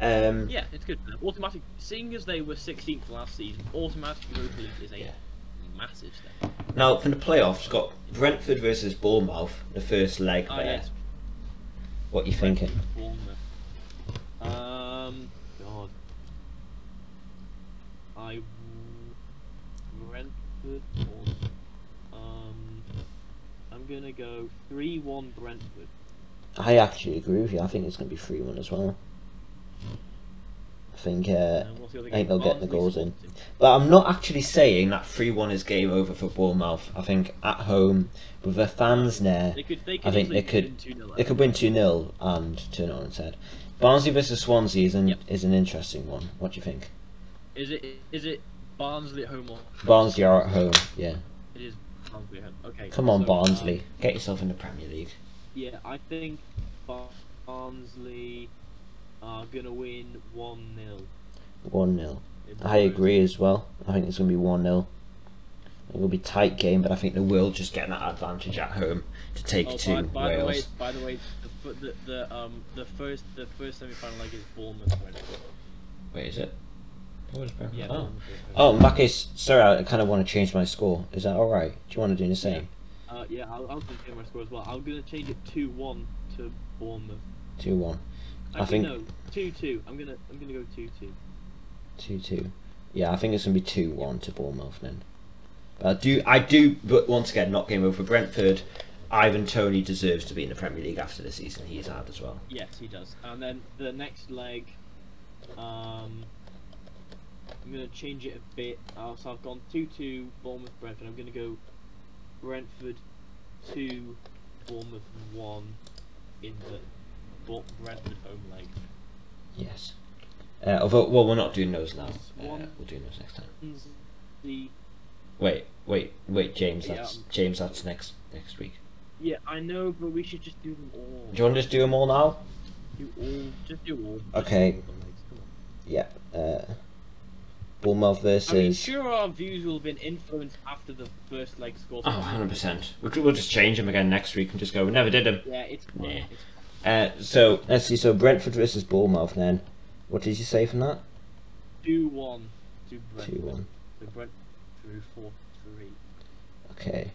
Speaker 7: Um,
Speaker 1: Yeah, it's good. for them. Automatic, seeing as they were 16th last season, automatic Europa League is a
Speaker 7: Yeah.
Speaker 1: massive step.
Speaker 7: Now from the playoffs, we've got Brentford versus Bournemouth. The first leg
Speaker 2: uh,
Speaker 1: Oh
Speaker 7: there.
Speaker 1: yes,
Speaker 2: What you thinking?
Speaker 1: Bournemouth. Um, God, I Brentford. Bournemouth. Um, I'm gonna go three-one Brentford.
Speaker 2: I actually agree with you. I think it's going to be 3 1 as well. I think. Uh,
Speaker 1: And what's the other
Speaker 2: I think
Speaker 1: game?
Speaker 2: they'll get the
Speaker 1: Barnsley
Speaker 2: goals in.
Speaker 1: Sporting.
Speaker 2: But I'm not actually saying that 3 1 is game over for Bournemouth. I think at home, with their fans there,
Speaker 1: They could, they could
Speaker 2: I think
Speaker 1: easily
Speaker 2: they could-
Speaker 1: win 2-0
Speaker 2: they could win 2 0 and turn it on its head. Barnsley versus Swansea is an,
Speaker 1: Yep.
Speaker 2: is an interesting one. What do you think?
Speaker 1: Is it is it Barnsley at home or
Speaker 2: Barnsley are at home, yeah.
Speaker 1: it is Barnsley at home? Okay.
Speaker 2: Come on,
Speaker 1: so,
Speaker 2: Barnsley.
Speaker 1: um,
Speaker 2: Get yourself in the Premier League.
Speaker 1: yeah, I think Bar- Barnsley are gonna win one 0
Speaker 2: 1 0. I agree as well. I think it's going to be 1 0. It will be a tight game, but I think they will just get that advantage at home to take
Speaker 1: Oh, by,
Speaker 2: to
Speaker 1: by the way,
Speaker 2: Wales.
Speaker 1: by the way, the, fir- the, the um the first the first semi final leg is Bournemouth. Brentford.
Speaker 2: Wait, is it?
Speaker 1: Yeah.
Speaker 2: oh.
Speaker 1: Bournemouth at home.
Speaker 2: oh, Marcus, sorry, I kind of want to change my score. Is that alright? Do you want to do the same?
Speaker 1: Uh, yeah, I'll, I'll just change my score as well. I'm gonna change it two one to Bournemouth.
Speaker 2: 2 1. I
Speaker 1: Actually,
Speaker 2: think-
Speaker 1: no two two. I'm gonna I'm gonna go two two.
Speaker 2: 2 2. Yeah, I think it's going to be 2 1 to Bournemouth then. But I do, I do, but once again, not game over for Brentford.
Speaker 7: Ivan Tony deserves to be in the Premier League after the season he's had as well.
Speaker 1: Yes, he does. And then the next leg, um, I'm going to change it a bit. Uh, so I've gone 2 2 Bournemouth Brentford. I'm going to go Brentford 2 Bournemouth 1 in the Bo- Brentford home leg.
Speaker 2: Yes. Uh, although, well, we're not doing those now. Uh,
Speaker 1: Swan-
Speaker 2: we'll do those next time.
Speaker 1: The
Speaker 2: Wait, wait, wait, James.
Speaker 1: Yeah.
Speaker 2: That's James. That's next next week.
Speaker 1: yeah, I know, but we should just do them all.
Speaker 2: Do you want to just do them all now?
Speaker 1: Do all, just do all. just
Speaker 2: Okay.
Speaker 1: do all the legs, come on.
Speaker 2: Yeah. Uh, Bournemouth
Speaker 1: I mean,
Speaker 2: versus.
Speaker 1: sure, our views will have been influenced after the first leg score.
Speaker 2: Oh, 100%. We'll, we'll just change them again next week and just go, we never did them.
Speaker 1: Yeah, it's fine.
Speaker 2: Yeah.
Speaker 1: It's
Speaker 2: Uh, so, let's see. So, Brentford versus Bournemouth then. What did you say from that?
Speaker 1: two one to Brentford.
Speaker 2: 2 1.
Speaker 1: The Brent through four three.
Speaker 2: Okay.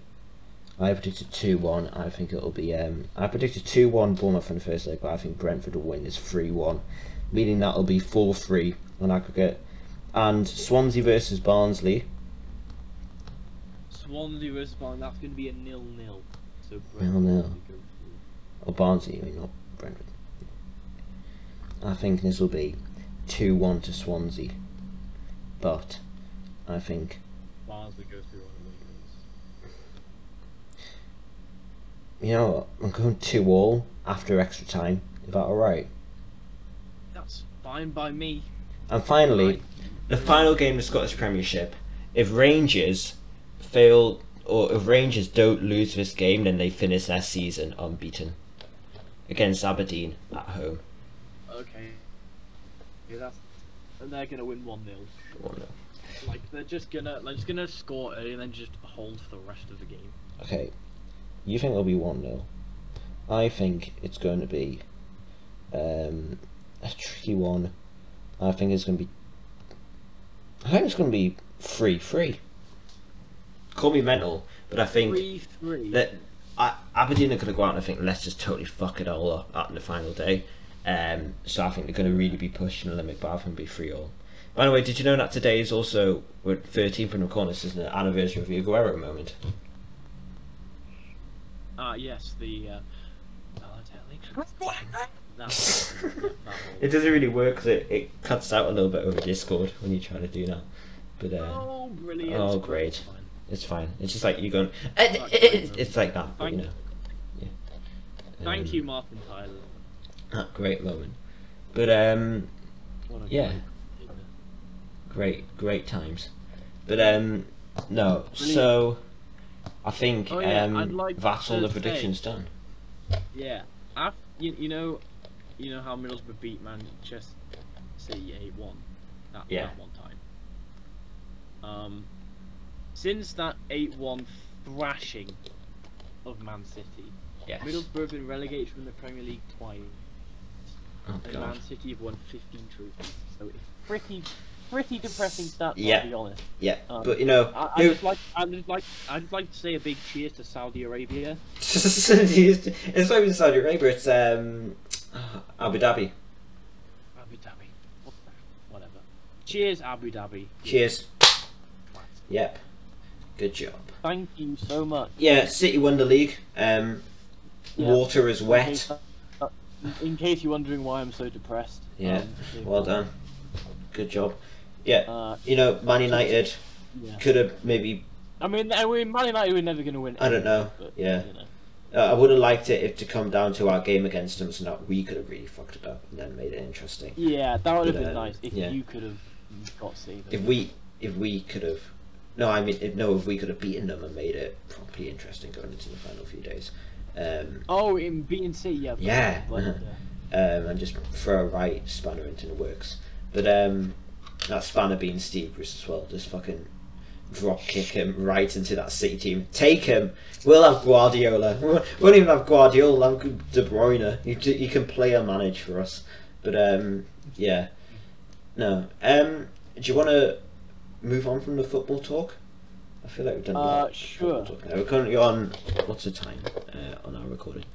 Speaker 2: I predicted 2 1. I think it'll be. Um, I predicted 2 1 Bournemouth in the first leg, but I think Brentford will win this 3 1, meaning that'll be 4 3 on aggregate. And Swansea versus Barnsley.
Speaker 1: Swansea versus Barnsley. That's going to be a nil nil. So
Speaker 2: Nil
Speaker 1: Brentford
Speaker 2: nil.
Speaker 1: will go through.
Speaker 2: Or Barnsley, I mean, not Brentford. I think this will be 2 1 to Swansea. But I think.
Speaker 1: Barnsley go through on the league.
Speaker 2: You know what? I'm going 2 all after extra time. Is that alright?
Speaker 1: That's fine by me.
Speaker 2: And finally,
Speaker 1: Right.
Speaker 7: The final game of the Scottish Premiership, if Rangers fail or if Rangers don't lose this game, then they finish their season unbeaten against Aberdeen at home.
Speaker 1: Okay. Yeah, that's. And they're gonna win one 0
Speaker 7: One nil.
Speaker 1: Like they're just gonna, they're just gonna score early and then just hold for the rest of the game.
Speaker 2: okay.
Speaker 4: You think it'll be 1 0. I think it's going to be um, a tricky one. I think it's going to be. I think it's going to be 3 3.
Speaker 2: Call me mental, but I think
Speaker 1: Three three.
Speaker 2: that I, Aberdeen are going to go out and I think let's just totally fuck it all up out in the final day. Um, so I think they're going to really be pushing the limit, but I think it'll be free all. By the way, did you know that today is also we're 13th from the corners is an anniversary of the Aguero moment?
Speaker 1: Ah, yes, the. Uh, Balotelli. That's- yeah, that whole-
Speaker 2: It doesn't really work because it, it cuts out a little bit over Discord when you try to do that. But uh,
Speaker 1: Oh, brilliant!
Speaker 2: Oh, great.
Speaker 1: Fine.
Speaker 2: it's fine. It's just like you going. "Eh, eh, eh, eh," It's like that, but, you know. Yeah.
Speaker 1: Thank
Speaker 2: Um,
Speaker 1: you, Martin Tyler.
Speaker 2: That great moment. But um,
Speaker 1: What a
Speaker 2: yeah.
Speaker 1: great-
Speaker 2: great great times but um no so i think
Speaker 1: Oh, yeah, I'd
Speaker 2: um
Speaker 1: like
Speaker 2: that's all
Speaker 1: to
Speaker 2: the predictions done
Speaker 1: Yeah, af you, you know, you know how Middlesbrough beat Manchester City eight one, that,
Speaker 2: Yeah.
Speaker 1: that one time. Um, since that eight one thrashing of Man City,
Speaker 2: yes
Speaker 1: Middlesbrough have been relegated from the Premier League twice,
Speaker 2: oh
Speaker 1: and
Speaker 2: god
Speaker 1: Man City have won fifteen trophies. So it's pretty, pretty depressing stats.
Speaker 2: Yeah.
Speaker 1: I'll be honest.
Speaker 2: yeah
Speaker 1: Um,
Speaker 2: but you know
Speaker 1: I, I
Speaker 2: who-
Speaker 1: just like, I just like, I just like to say a big cheers to Saudi Arabia.
Speaker 2: it's not even saudi arabia it's um abu dhabi
Speaker 1: Abu Dhabi. What the- Whatever. Cheers, Abu Dhabi.
Speaker 2: cheers yep good job
Speaker 1: Thank you so much.
Speaker 2: yeah city won the league um
Speaker 1: Yeah.
Speaker 2: water is
Speaker 1: In case,
Speaker 2: wet
Speaker 1: uh, in case you're wondering why I'm so depressed.
Speaker 2: yeah
Speaker 1: um, it-
Speaker 2: well done good job yeah
Speaker 1: Uh,
Speaker 2: you know man united
Speaker 1: yeah.
Speaker 2: could have maybe
Speaker 1: I mean, I mean, Man United were never going to win.
Speaker 2: I don't know,
Speaker 1: anything, but,
Speaker 2: yeah.
Speaker 1: You know.
Speaker 2: Uh, I would have liked it if to come down to our game against them, so that we could have really fucked it up and then made it interesting.
Speaker 1: Yeah, that would have
Speaker 2: But,
Speaker 1: been
Speaker 2: um,
Speaker 1: nice if
Speaker 2: yeah.
Speaker 1: you could have got saved.
Speaker 2: If we, if we could have, no, I mean, if, no, if we could have beaten them and made it properly interesting going into the final few days, um,
Speaker 1: Oh, in B and C, yeah. but-
Speaker 2: Yeah.
Speaker 1: but, uh,
Speaker 2: um, and just throw a right spanner into the works. But um, that spanner being Steve Bruce as well, just fucking drop kick him right into that City team. Take him. We'll have Guardiola. We won't- we won't even have Guardiola. We'll have De Bruyne. You, ju- you can play or manage for us. But um, yeah, no. Um, do you want to move on from the football talk? I feel like we've done a lot.
Speaker 1: Uh,
Speaker 2: of
Speaker 1: sure.
Speaker 2: football talk now. We're currently on what's the time uh, on our recording?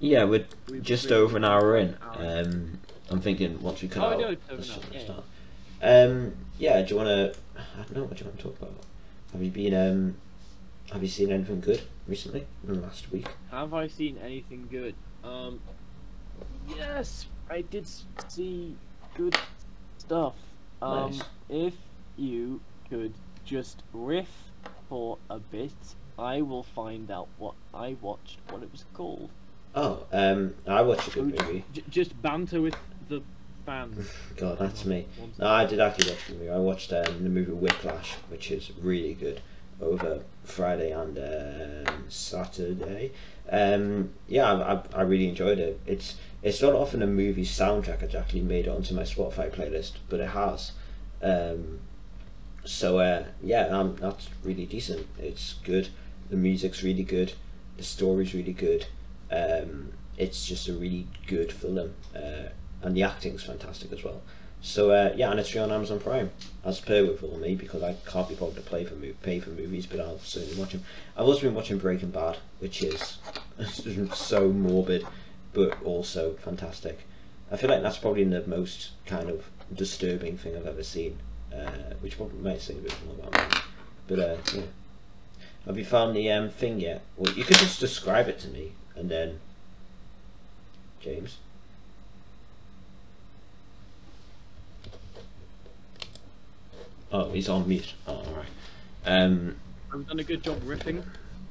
Speaker 2: Yeah, we're
Speaker 1: We've
Speaker 2: just
Speaker 1: been-
Speaker 2: over an hour in.
Speaker 1: hour.
Speaker 2: Um, I'm thinking once we cut
Speaker 1: Oh,
Speaker 2: out,
Speaker 1: no, it's over
Speaker 2: let's
Speaker 1: an hour,
Speaker 2: sort of
Speaker 1: yeah.
Speaker 2: start. Um, yeah, do you want to? I don't know. What do you want to talk about? Have you been? Um, have you seen anything good recently in the last week?
Speaker 1: Have I seen anything good? Um, yes, I did s- see good stuff. Um,
Speaker 2: Nice.
Speaker 1: if you could just riff for a bit, I will find out what I watched, what it was called.
Speaker 2: Oh, um, I watched a good movie.
Speaker 1: J- just banter with the fans.
Speaker 2: God, that's me. Uh,
Speaker 1: One sec.
Speaker 2: No, I did actually watch the movie. I watched um, the movie Whiplash, which is really good, over Friday and um, Saturday. Um, yeah, I, I, I really enjoyed it. It's it's not often a movie soundtrack that's actually made it onto my Spotify playlist, but it has. Um, so uh, yeah, um, that's really decent. It's good. The music's really good. The story's really good. Um, it's just a really good film, uh, and the acting's fantastic as well. So uh, yeah, and it's free on Amazon Prime, as per with all me, because I can't be bothered to play for mo- pay for movies, but I'll certainly watch them. I've also been watching Breaking Bad, which is so morbid, but also fantastic. I feel like that's probably the most kind of disturbing thing I've ever seen, uh, which probably might say a bit more about me. But uh, yeah. have you found the um, thing yet? Well, you could just describe it to me, and then James. Oh, he's on mute. Oh, all right. Um,
Speaker 1: I've done a good job riffing.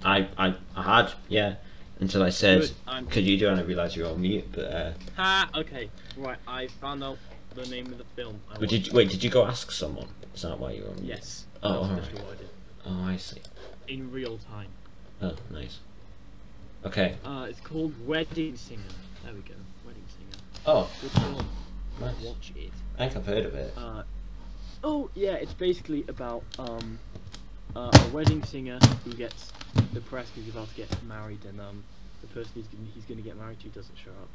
Speaker 2: I, I, I had yeah, until I said,
Speaker 1: Good, I'm-
Speaker 2: "Could you do?" And I realised you're on mute. But uh,
Speaker 1: Ha! Okay, right, I found out the name of the film. I
Speaker 2: but did
Speaker 1: watched.
Speaker 2: you, wait, did you go ask someone? Is that why you're on mute?
Speaker 1: Yes.
Speaker 2: Oh,
Speaker 1: that's
Speaker 2: all
Speaker 1: literally
Speaker 2: right.
Speaker 1: what I did.
Speaker 2: Oh, I see.
Speaker 1: In real time.
Speaker 2: Oh, nice. Okay.
Speaker 1: Uh, it's called Wedding Singer. There we go. Wedding Singer.
Speaker 2: Oh,
Speaker 1: Good film.
Speaker 2: nice.
Speaker 1: Watch it.
Speaker 2: I think I've heard of it.
Speaker 1: Uh, oh yeah, it's basically about um, uh, a wedding singer who gets depressed because he's about to get married, and um, the person he's gonna, he's going to get married to doesn't show up.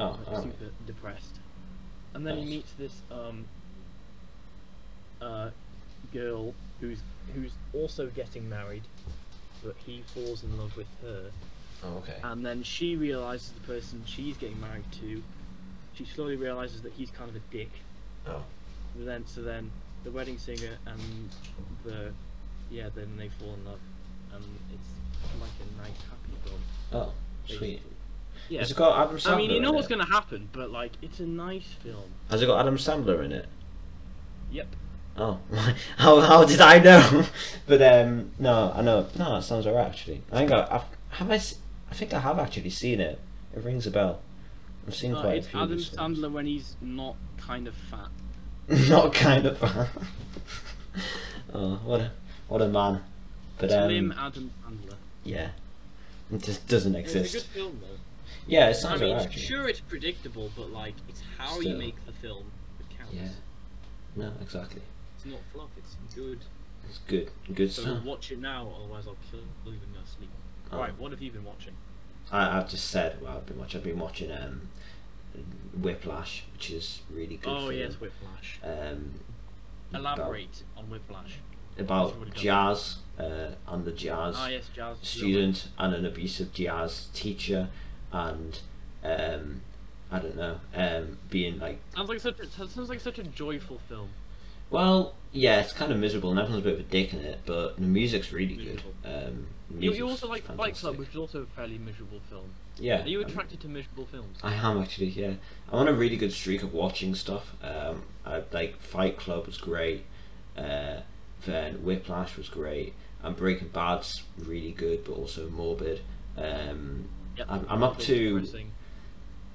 Speaker 2: Oh,
Speaker 1: like,
Speaker 2: alright.
Speaker 1: super depressed. And then
Speaker 2: Nice.
Speaker 1: he meets this um uh girl who's who's also getting married, but he falls in love with her.
Speaker 2: Oh, okay.
Speaker 1: And then she realizes the person she's getting married to, she slowly realizes that he's kind of a dick.
Speaker 2: Oh.
Speaker 1: And then so then the wedding singer and the yeah then they fall in love, and it's like a nice happy film.
Speaker 2: Oh,
Speaker 1: Basically.
Speaker 2: sweet.
Speaker 1: Yeah.
Speaker 2: Has it got Adam Sandler?
Speaker 1: I mean, you know
Speaker 2: in
Speaker 1: what's
Speaker 2: it?
Speaker 1: going to happen, but like, it's a nice film.
Speaker 2: Has it got Adam Sandler in it?
Speaker 1: Yep.
Speaker 2: Oh, how, how did I know? but um, no, I know. No, that sounds alright actually. I think I I've, have I. s- I think I have actually seen it. It rings a bell. I've seen
Speaker 1: Uh,
Speaker 2: quite
Speaker 1: it's
Speaker 2: a few. of
Speaker 1: Adam
Speaker 2: his films.
Speaker 1: Sandler when he's not kind of fat.
Speaker 2: Not kind of. oh, what a what a man. But
Speaker 1: Slim
Speaker 2: um,
Speaker 1: Adam Sandler.
Speaker 2: yeah, it just doesn't
Speaker 1: It's a good
Speaker 2: exist.
Speaker 1: film though.
Speaker 2: Yeah, it
Speaker 1: I
Speaker 2: sounds
Speaker 1: mean,
Speaker 2: alright. actually.
Speaker 1: sure it's predictable, but like, it's how you
Speaker 2: Still.
Speaker 1: make the film that counts.
Speaker 2: Yeah. No, exactly.
Speaker 1: It's not fluff. It's good.
Speaker 2: It's good. Good
Speaker 1: So
Speaker 2: stuff.
Speaker 1: watch it now, otherwise I'll kill you in your sleep.
Speaker 2: Oh.
Speaker 1: Right. What have you been watching?
Speaker 2: I, I've just said well, I've been watching. I've been watching um, Whiplash, which is really good.
Speaker 1: oh
Speaker 2: film.
Speaker 1: yes, Whiplash.
Speaker 2: Um,
Speaker 1: Elaborate on Whiplash.
Speaker 2: about
Speaker 1: That's what it does.
Speaker 2: jazz uh, and the jazz
Speaker 1: Ah yes, Jazz.
Speaker 2: student and an abusive jazz teacher and um, I don't know um, being like
Speaker 1: Sounds like such. A, sounds like such a joyful film.
Speaker 2: well yeah it's kind of miserable and everyone's a bit of a dick in it but the music's really good.
Speaker 1: Miserable.
Speaker 2: Um, the
Speaker 1: You, you
Speaker 2: music's
Speaker 1: also like Fight Club,
Speaker 2: fantastic.
Speaker 1: which is also a fairly miserable film.
Speaker 2: Yeah.
Speaker 1: Are you
Speaker 2: I mean-
Speaker 1: attracted to miserable films?
Speaker 2: I am actually, yeah. I'm on a really good streak of watching stuff. Um, I like Fight Club was great. Uh, then Whiplash was great. And Breaking Bad's really good, but also morbid. Um,
Speaker 1: Yep.
Speaker 2: I'm, I'm up
Speaker 1: It's
Speaker 2: to
Speaker 1: depressing.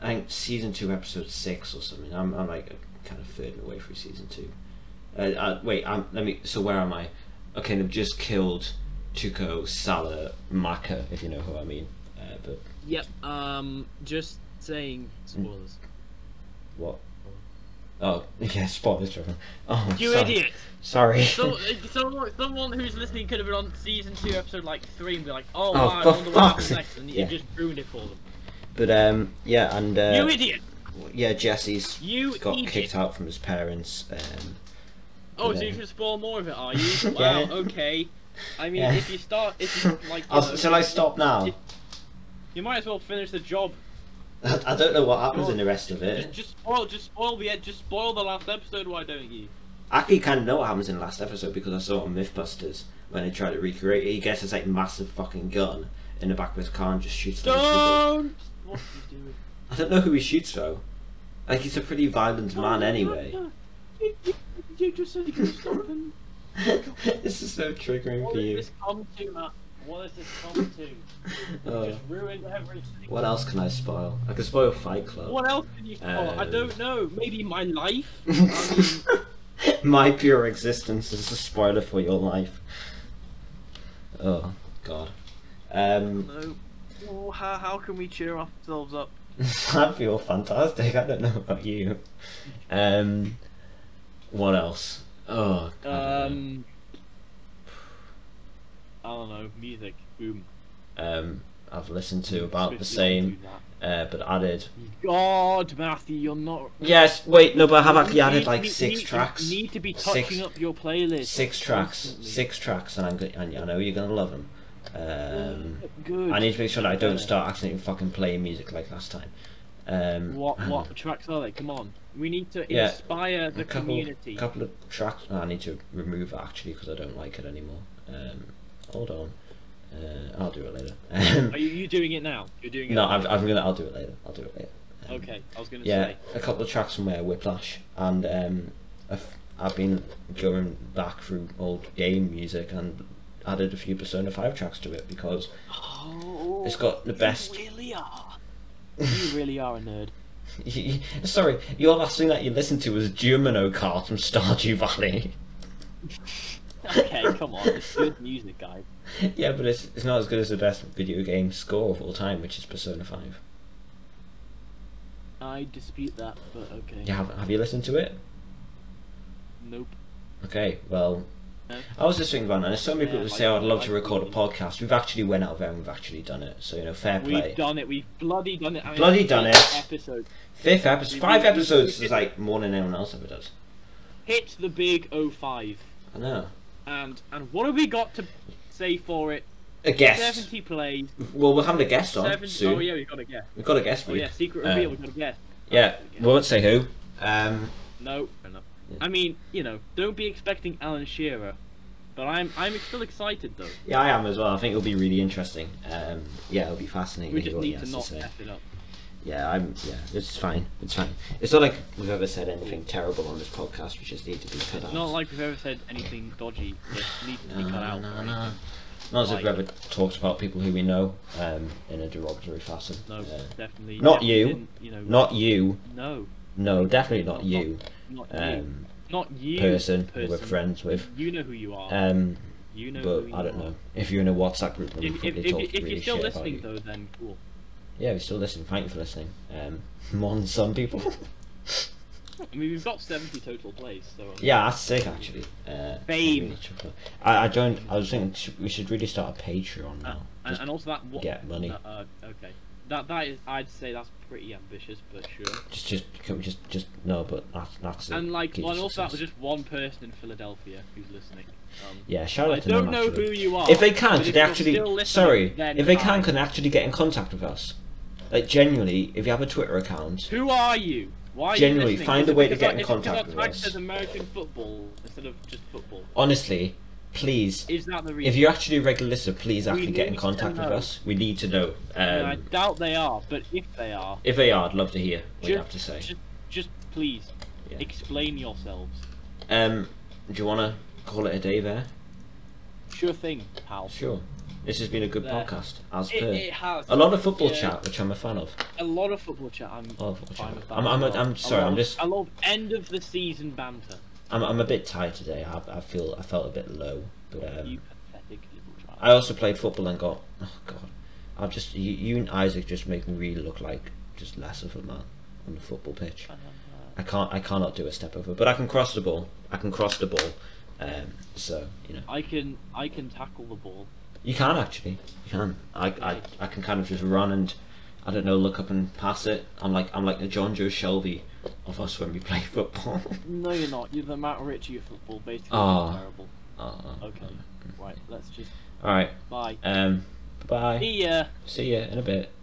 Speaker 2: I think season two, episode six or something. I'm, I'm like kind of third away through season two. Uh, uh, wait, um, let me. So where am I? Okay, I've just killed Tuco Salah Maka, if you know who I mean. Uh, but
Speaker 1: Yep. Um. Just saying spoilers.
Speaker 2: What? Oh, yeah, spot this one. Oh,
Speaker 1: You
Speaker 2: sorry.
Speaker 1: idiot!
Speaker 2: Sorry.
Speaker 1: So, uh, someone, someone who's listening could have been on season two, episode like three, and be like, "Oh,
Speaker 2: Oh,
Speaker 1: wow, I
Speaker 2: for
Speaker 1: wonder what
Speaker 2: fuck's
Speaker 1: happens next," and
Speaker 2: Yeah.
Speaker 1: you just ruined it for them.
Speaker 2: but um, yeah, and
Speaker 1: you
Speaker 2: uh,
Speaker 1: idiot!
Speaker 2: yeah, Jesse's
Speaker 1: You
Speaker 2: got
Speaker 1: idiot!
Speaker 2: kicked out from his parents. Um,
Speaker 1: Oh, so
Speaker 2: Yeah.
Speaker 1: you can spoil more of it, are you?
Speaker 2: Yeah.
Speaker 1: Wow. Okay. I mean,
Speaker 2: Yeah.
Speaker 1: if you start, if you like, you,
Speaker 2: I'll,
Speaker 1: know,
Speaker 2: shall I stop now?
Speaker 1: If- you might as well finish the job.
Speaker 2: I, I don't know what happens in the rest of
Speaker 1: Just,
Speaker 2: it.
Speaker 1: just spoil, just spoil the, just spoil the last episode. Why don't you?
Speaker 2: I actually kind of know what happens in the last episode because I saw it on MythBusters when they try to recreate. it. He gets this like massive fucking gun in the back of his car and just shoots. loads of people.
Speaker 1: Don't. What are you doing?
Speaker 2: I don't know who he shoots though. Like he's a pretty violent man anyway.
Speaker 1: You, you, you just said you could stop him.
Speaker 2: this is so triggering
Speaker 1: What
Speaker 2: for
Speaker 1: has
Speaker 2: you.
Speaker 1: this come to, Matt? What has this come to?
Speaker 2: Oh.
Speaker 1: Just ruined everything.
Speaker 2: What else can I spoil? I can spoil Fight Club.
Speaker 1: What else can you spoil? I
Speaker 2: Um.
Speaker 1: don't know. Maybe my life. I mean,
Speaker 2: My pure existence is a spoiler for your life. Oh God. Um,
Speaker 1: no. Oh, how, how can we cheer ourselves up?
Speaker 2: I feel fantastic. I don't know about you. Um, what else? Oh. I don't know.
Speaker 1: Um. I don't know. Music. Boom.
Speaker 2: Um, I've listened to about
Speaker 1: Swiftly
Speaker 2: the same,
Speaker 1: do that.
Speaker 2: uh, but added.
Speaker 1: God, Matthew, you're not.
Speaker 2: Yes. Wait. No, but I have actually
Speaker 1: You
Speaker 2: added
Speaker 1: need-
Speaker 2: like
Speaker 1: need-
Speaker 2: six
Speaker 1: need-
Speaker 2: tracks.
Speaker 1: You need to be
Speaker 2: Six-
Speaker 1: touching up your playlist.
Speaker 2: Six tracks.
Speaker 1: constantly.
Speaker 2: Six tracks, and I'm. Go- and I know you're gonna love them. Um.
Speaker 1: Good.
Speaker 2: I need to make sure that I
Speaker 1: Yeah.
Speaker 2: don't start accidentally fucking playing music like last time. Um,
Speaker 1: What what tracks are they? Come on, we need to
Speaker 2: Yeah.
Speaker 1: inspire the
Speaker 2: a couple,
Speaker 1: community.
Speaker 2: couple of tracks I need to remove actually because I don't like it anymore. Um, hold on, uh, I'll do it later. Um,
Speaker 1: Are you, you doing it now? You're doing it.
Speaker 2: no,
Speaker 1: now.
Speaker 2: I've, I'm gonna. I'll do it later. I'll do it later. Um,
Speaker 1: Okay, I was gonna
Speaker 2: Yeah,
Speaker 1: say.
Speaker 2: a couple of tracks from uh, Whiplash, and um, I've, I've been going back through old game music and added a few Persona Five tracks to it because
Speaker 1: Oh,
Speaker 2: it's got the best
Speaker 1: You really are. You really are a nerd.
Speaker 2: Sorry, your last thing that you listened to was Jumino Cart from Stardew Valley.
Speaker 1: Okay, come on, it's good music, guys.
Speaker 2: yeah, but it's, it's not as good as the best video game score of all time, which is Persona 5.
Speaker 1: I dispute that, but okay.
Speaker 2: Yeah, have, have you listened to it?
Speaker 1: Nope.
Speaker 2: Okay, well,
Speaker 1: No.
Speaker 2: I was just thinking about it. and So many
Speaker 1: Yeah,
Speaker 2: people
Speaker 1: I-
Speaker 2: say, "Oh, "I'd love
Speaker 1: I-
Speaker 2: to record a podcast." We've actually went out there and we've actually done it. So you know, fair
Speaker 1: We've
Speaker 2: play.
Speaker 1: done it. We've bloody done it. I mean,
Speaker 2: Bloody done it.
Speaker 1: Episode
Speaker 2: Fifth episode,
Speaker 1: we-
Speaker 2: five
Speaker 1: we-
Speaker 2: episodes
Speaker 1: we-
Speaker 2: is like more than anyone else ever does.
Speaker 1: hit the big 05.
Speaker 2: I know.
Speaker 1: and and what have we got to say for it?
Speaker 2: A guest.
Speaker 1: Seventy plays.
Speaker 2: Well, we're having a guest on
Speaker 1: 70
Speaker 2: soon.
Speaker 1: Oh yeah, we got a guess.
Speaker 2: We've got a guest.
Speaker 1: Oh
Speaker 2: week.
Speaker 1: yeah, secret
Speaker 2: Uh,
Speaker 1: reveal. we got a guess.
Speaker 2: yeah. We won't say who.
Speaker 8: Um,
Speaker 1: No, fair enough. I mean, you know, don't be expecting Alan Shearer, but I'm I'm still excited though.
Speaker 2: Yeah, I am as well. I think it'll be really interesting.
Speaker 8: um, yeah, it'll be fascinating.
Speaker 1: We
Speaker 8: to hear
Speaker 1: just
Speaker 8: what he
Speaker 1: need to
Speaker 8: has
Speaker 1: not
Speaker 8: say.
Speaker 1: f it up.
Speaker 8: Yeah, I'm. Yeah, it's fine. It's fine. It's not like we've ever said anything terrible on this podcast. We just need to be cut
Speaker 1: It's
Speaker 8: out.
Speaker 1: not like we've ever said anything dodgy that needs to be cut out. or anything.
Speaker 2: Not as if
Speaker 1: Like-
Speaker 2: we've ever talked about people who we know um, in a derogatory fashion.
Speaker 1: No,
Speaker 2: Uh,
Speaker 1: definitely.
Speaker 2: Not
Speaker 1: yeah,
Speaker 2: you.
Speaker 1: didn't, You know,
Speaker 2: not you.
Speaker 1: No,
Speaker 2: No, definitely not
Speaker 1: Not-
Speaker 2: you.
Speaker 1: not you.
Speaker 2: Um,
Speaker 1: Not you.
Speaker 2: person, who we're friends with.
Speaker 1: You know who you are.
Speaker 2: Um,
Speaker 1: you know.
Speaker 2: but
Speaker 1: who you
Speaker 2: I don't
Speaker 1: are.
Speaker 2: know. If you're in a WhatsApp group, then we
Speaker 1: If, if,
Speaker 2: probably
Speaker 1: if,
Speaker 2: talked
Speaker 1: if
Speaker 2: really
Speaker 1: you're still
Speaker 2: shit about
Speaker 1: listening
Speaker 2: you.
Speaker 1: though, then cool.
Speaker 2: Yeah, if you're still listening. Thank you for listening. Um, more than some people.
Speaker 1: I mean, we've got 70 total plays, so. um,
Speaker 2: yeah, that's sick actually. Uh, I
Speaker 1: Babe.
Speaker 2: really chuffed up. I, I don't. I was thinking sh- we should really start a Patreon
Speaker 1: uh,
Speaker 2: now.
Speaker 1: and,
Speaker 2: Just-
Speaker 1: and also that. What,
Speaker 2: get money.
Speaker 1: that, uh, okay. That that is, I'd say that's pretty ambitious, but sure.
Speaker 2: just, just, can we just, just no. But that's that's it.
Speaker 1: And like,
Speaker 2: Key to
Speaker 1: well, and also that was
Speaker 2: success.
Speaker 1: just one person in Philadelphia who's listening. Um,
Speaker 2: Yeah, shout out
Speaker 1: I
Speaker 2: to
Speaker 1: don't
Speaker 2: them,
Speaker 1: know
Speaker 2: actually.
Speaker 1: who you are.
Speaker 2: If they can,
Speaker 1: but
Speaker 2: could
Speaker 1: if
Speaker 2: they
Speaker 1: you're
Speaker 2: actually?
Speaker 1: still listening,
Speaker 2: Sorry,
Speaker 1: then
Speaker 2: if they
Speaker 1: hi.
Speaker 2: can, can they actually get in contact with us? Like genuinely, if you have a Twitter account,
Speaker 1: Who are you? Why? Are
Speaker 2: Genuinely,
Speaker 1: you listening?
Speaker 2: find
Speaker 1: Is
Speaker 2: a
Speaker 1: it
Speaker 2: way to
Speaker 1: because
Speaker 2: get
Speaker 1: our-
Speaker 2: in
Speaker 1: is it because
Speaker 2: contact
Speaker 1: our
Speaker 2: with
Speaker 1: tag
Speaker 2: us?
Speaker 1: says American football instead of just football.
Speaker 2: honestly, please,
Speaker 1: Is that the reason?
Speaker 2: if you're actually a regular listener, please actually get in
Speaker 1: need to
Speaker 2: contact with
Speaker 1: know.
Speaker 2: us. We need to know.
Speaker 1: I mean, I
Speaker 2: Um,
Speaker 1: doubt they are, but if they are,
Speaker 2: if they are, I'd love to hear what you
Speaker 1: Just-
Speaker 2: have to say.
Speaker 1: just, just please
Speaker 2: Yeah.
Speaker 1: explain yourselves.
Speaker 2: Um, do you want to call it a day there?
Speaker 1: Sure thing, pal.
Speaker 2: Sure. This has been a good
Speaker 1: There.
Speaker 2: podcast, as
Speaker 1: It,
Speaker 2: per.
Speaker 1: it has
Speaker 2: a lot of football
Speaker 1: yeah.
Speaker 2: chat, which I'm a fan of.
Speaker 1: A lot of football chat. I'm
Speaker 2: A lot of football
Speaker 1: fine
Speaker 2: chat.
Speaker 1: with that.
Speaker 2: I'm, I'm,
Speaker 1: as
Speaker 2: a,
Speaker 1: well.
Speaker 2: I'm
Speaker 1: A
Speaker 2: sorry,
Speaker 1: lot
Speaker 2: I'm
Speaker 1: of-
Speaker 2: just,
Speaker 1: a lot of end of the season banter.
Speaker 2: I'm, I'm a bit tired today. I, I feel, I felt a bit low, but um,
Speaker 1: you pathetic little
Speaker 2: I
Speaker 1: child.
Speaker 2: also played football and got oh god, I just you, you and Isaac just make me really look like just less of a man on the football pitch. I can't I cannot do a step over, but I can cross the ball. I can cross the ball. Um, so you know
Speaker 1: I can I can tackle the ball.
Speaker 2: you can actually you can I, I I can kind of just run and I don't know look up and pass it. I'm like I'm like the John Joe Shelby of us when we play football.
Speaker 1: No, you're not. You're the Matt Ritchie of football, basically.
Speaker 2: Ah.
Speaker 1: You're Terrible.
Speaker 2: oh,
Speaker 1: Okay. Right. Let's just
Speaker 2: All right.
Speaker 1: bye.
Speaker 2: Um. Bye.
Speaker 1: See ya.
Speaker 2: See you in a bit.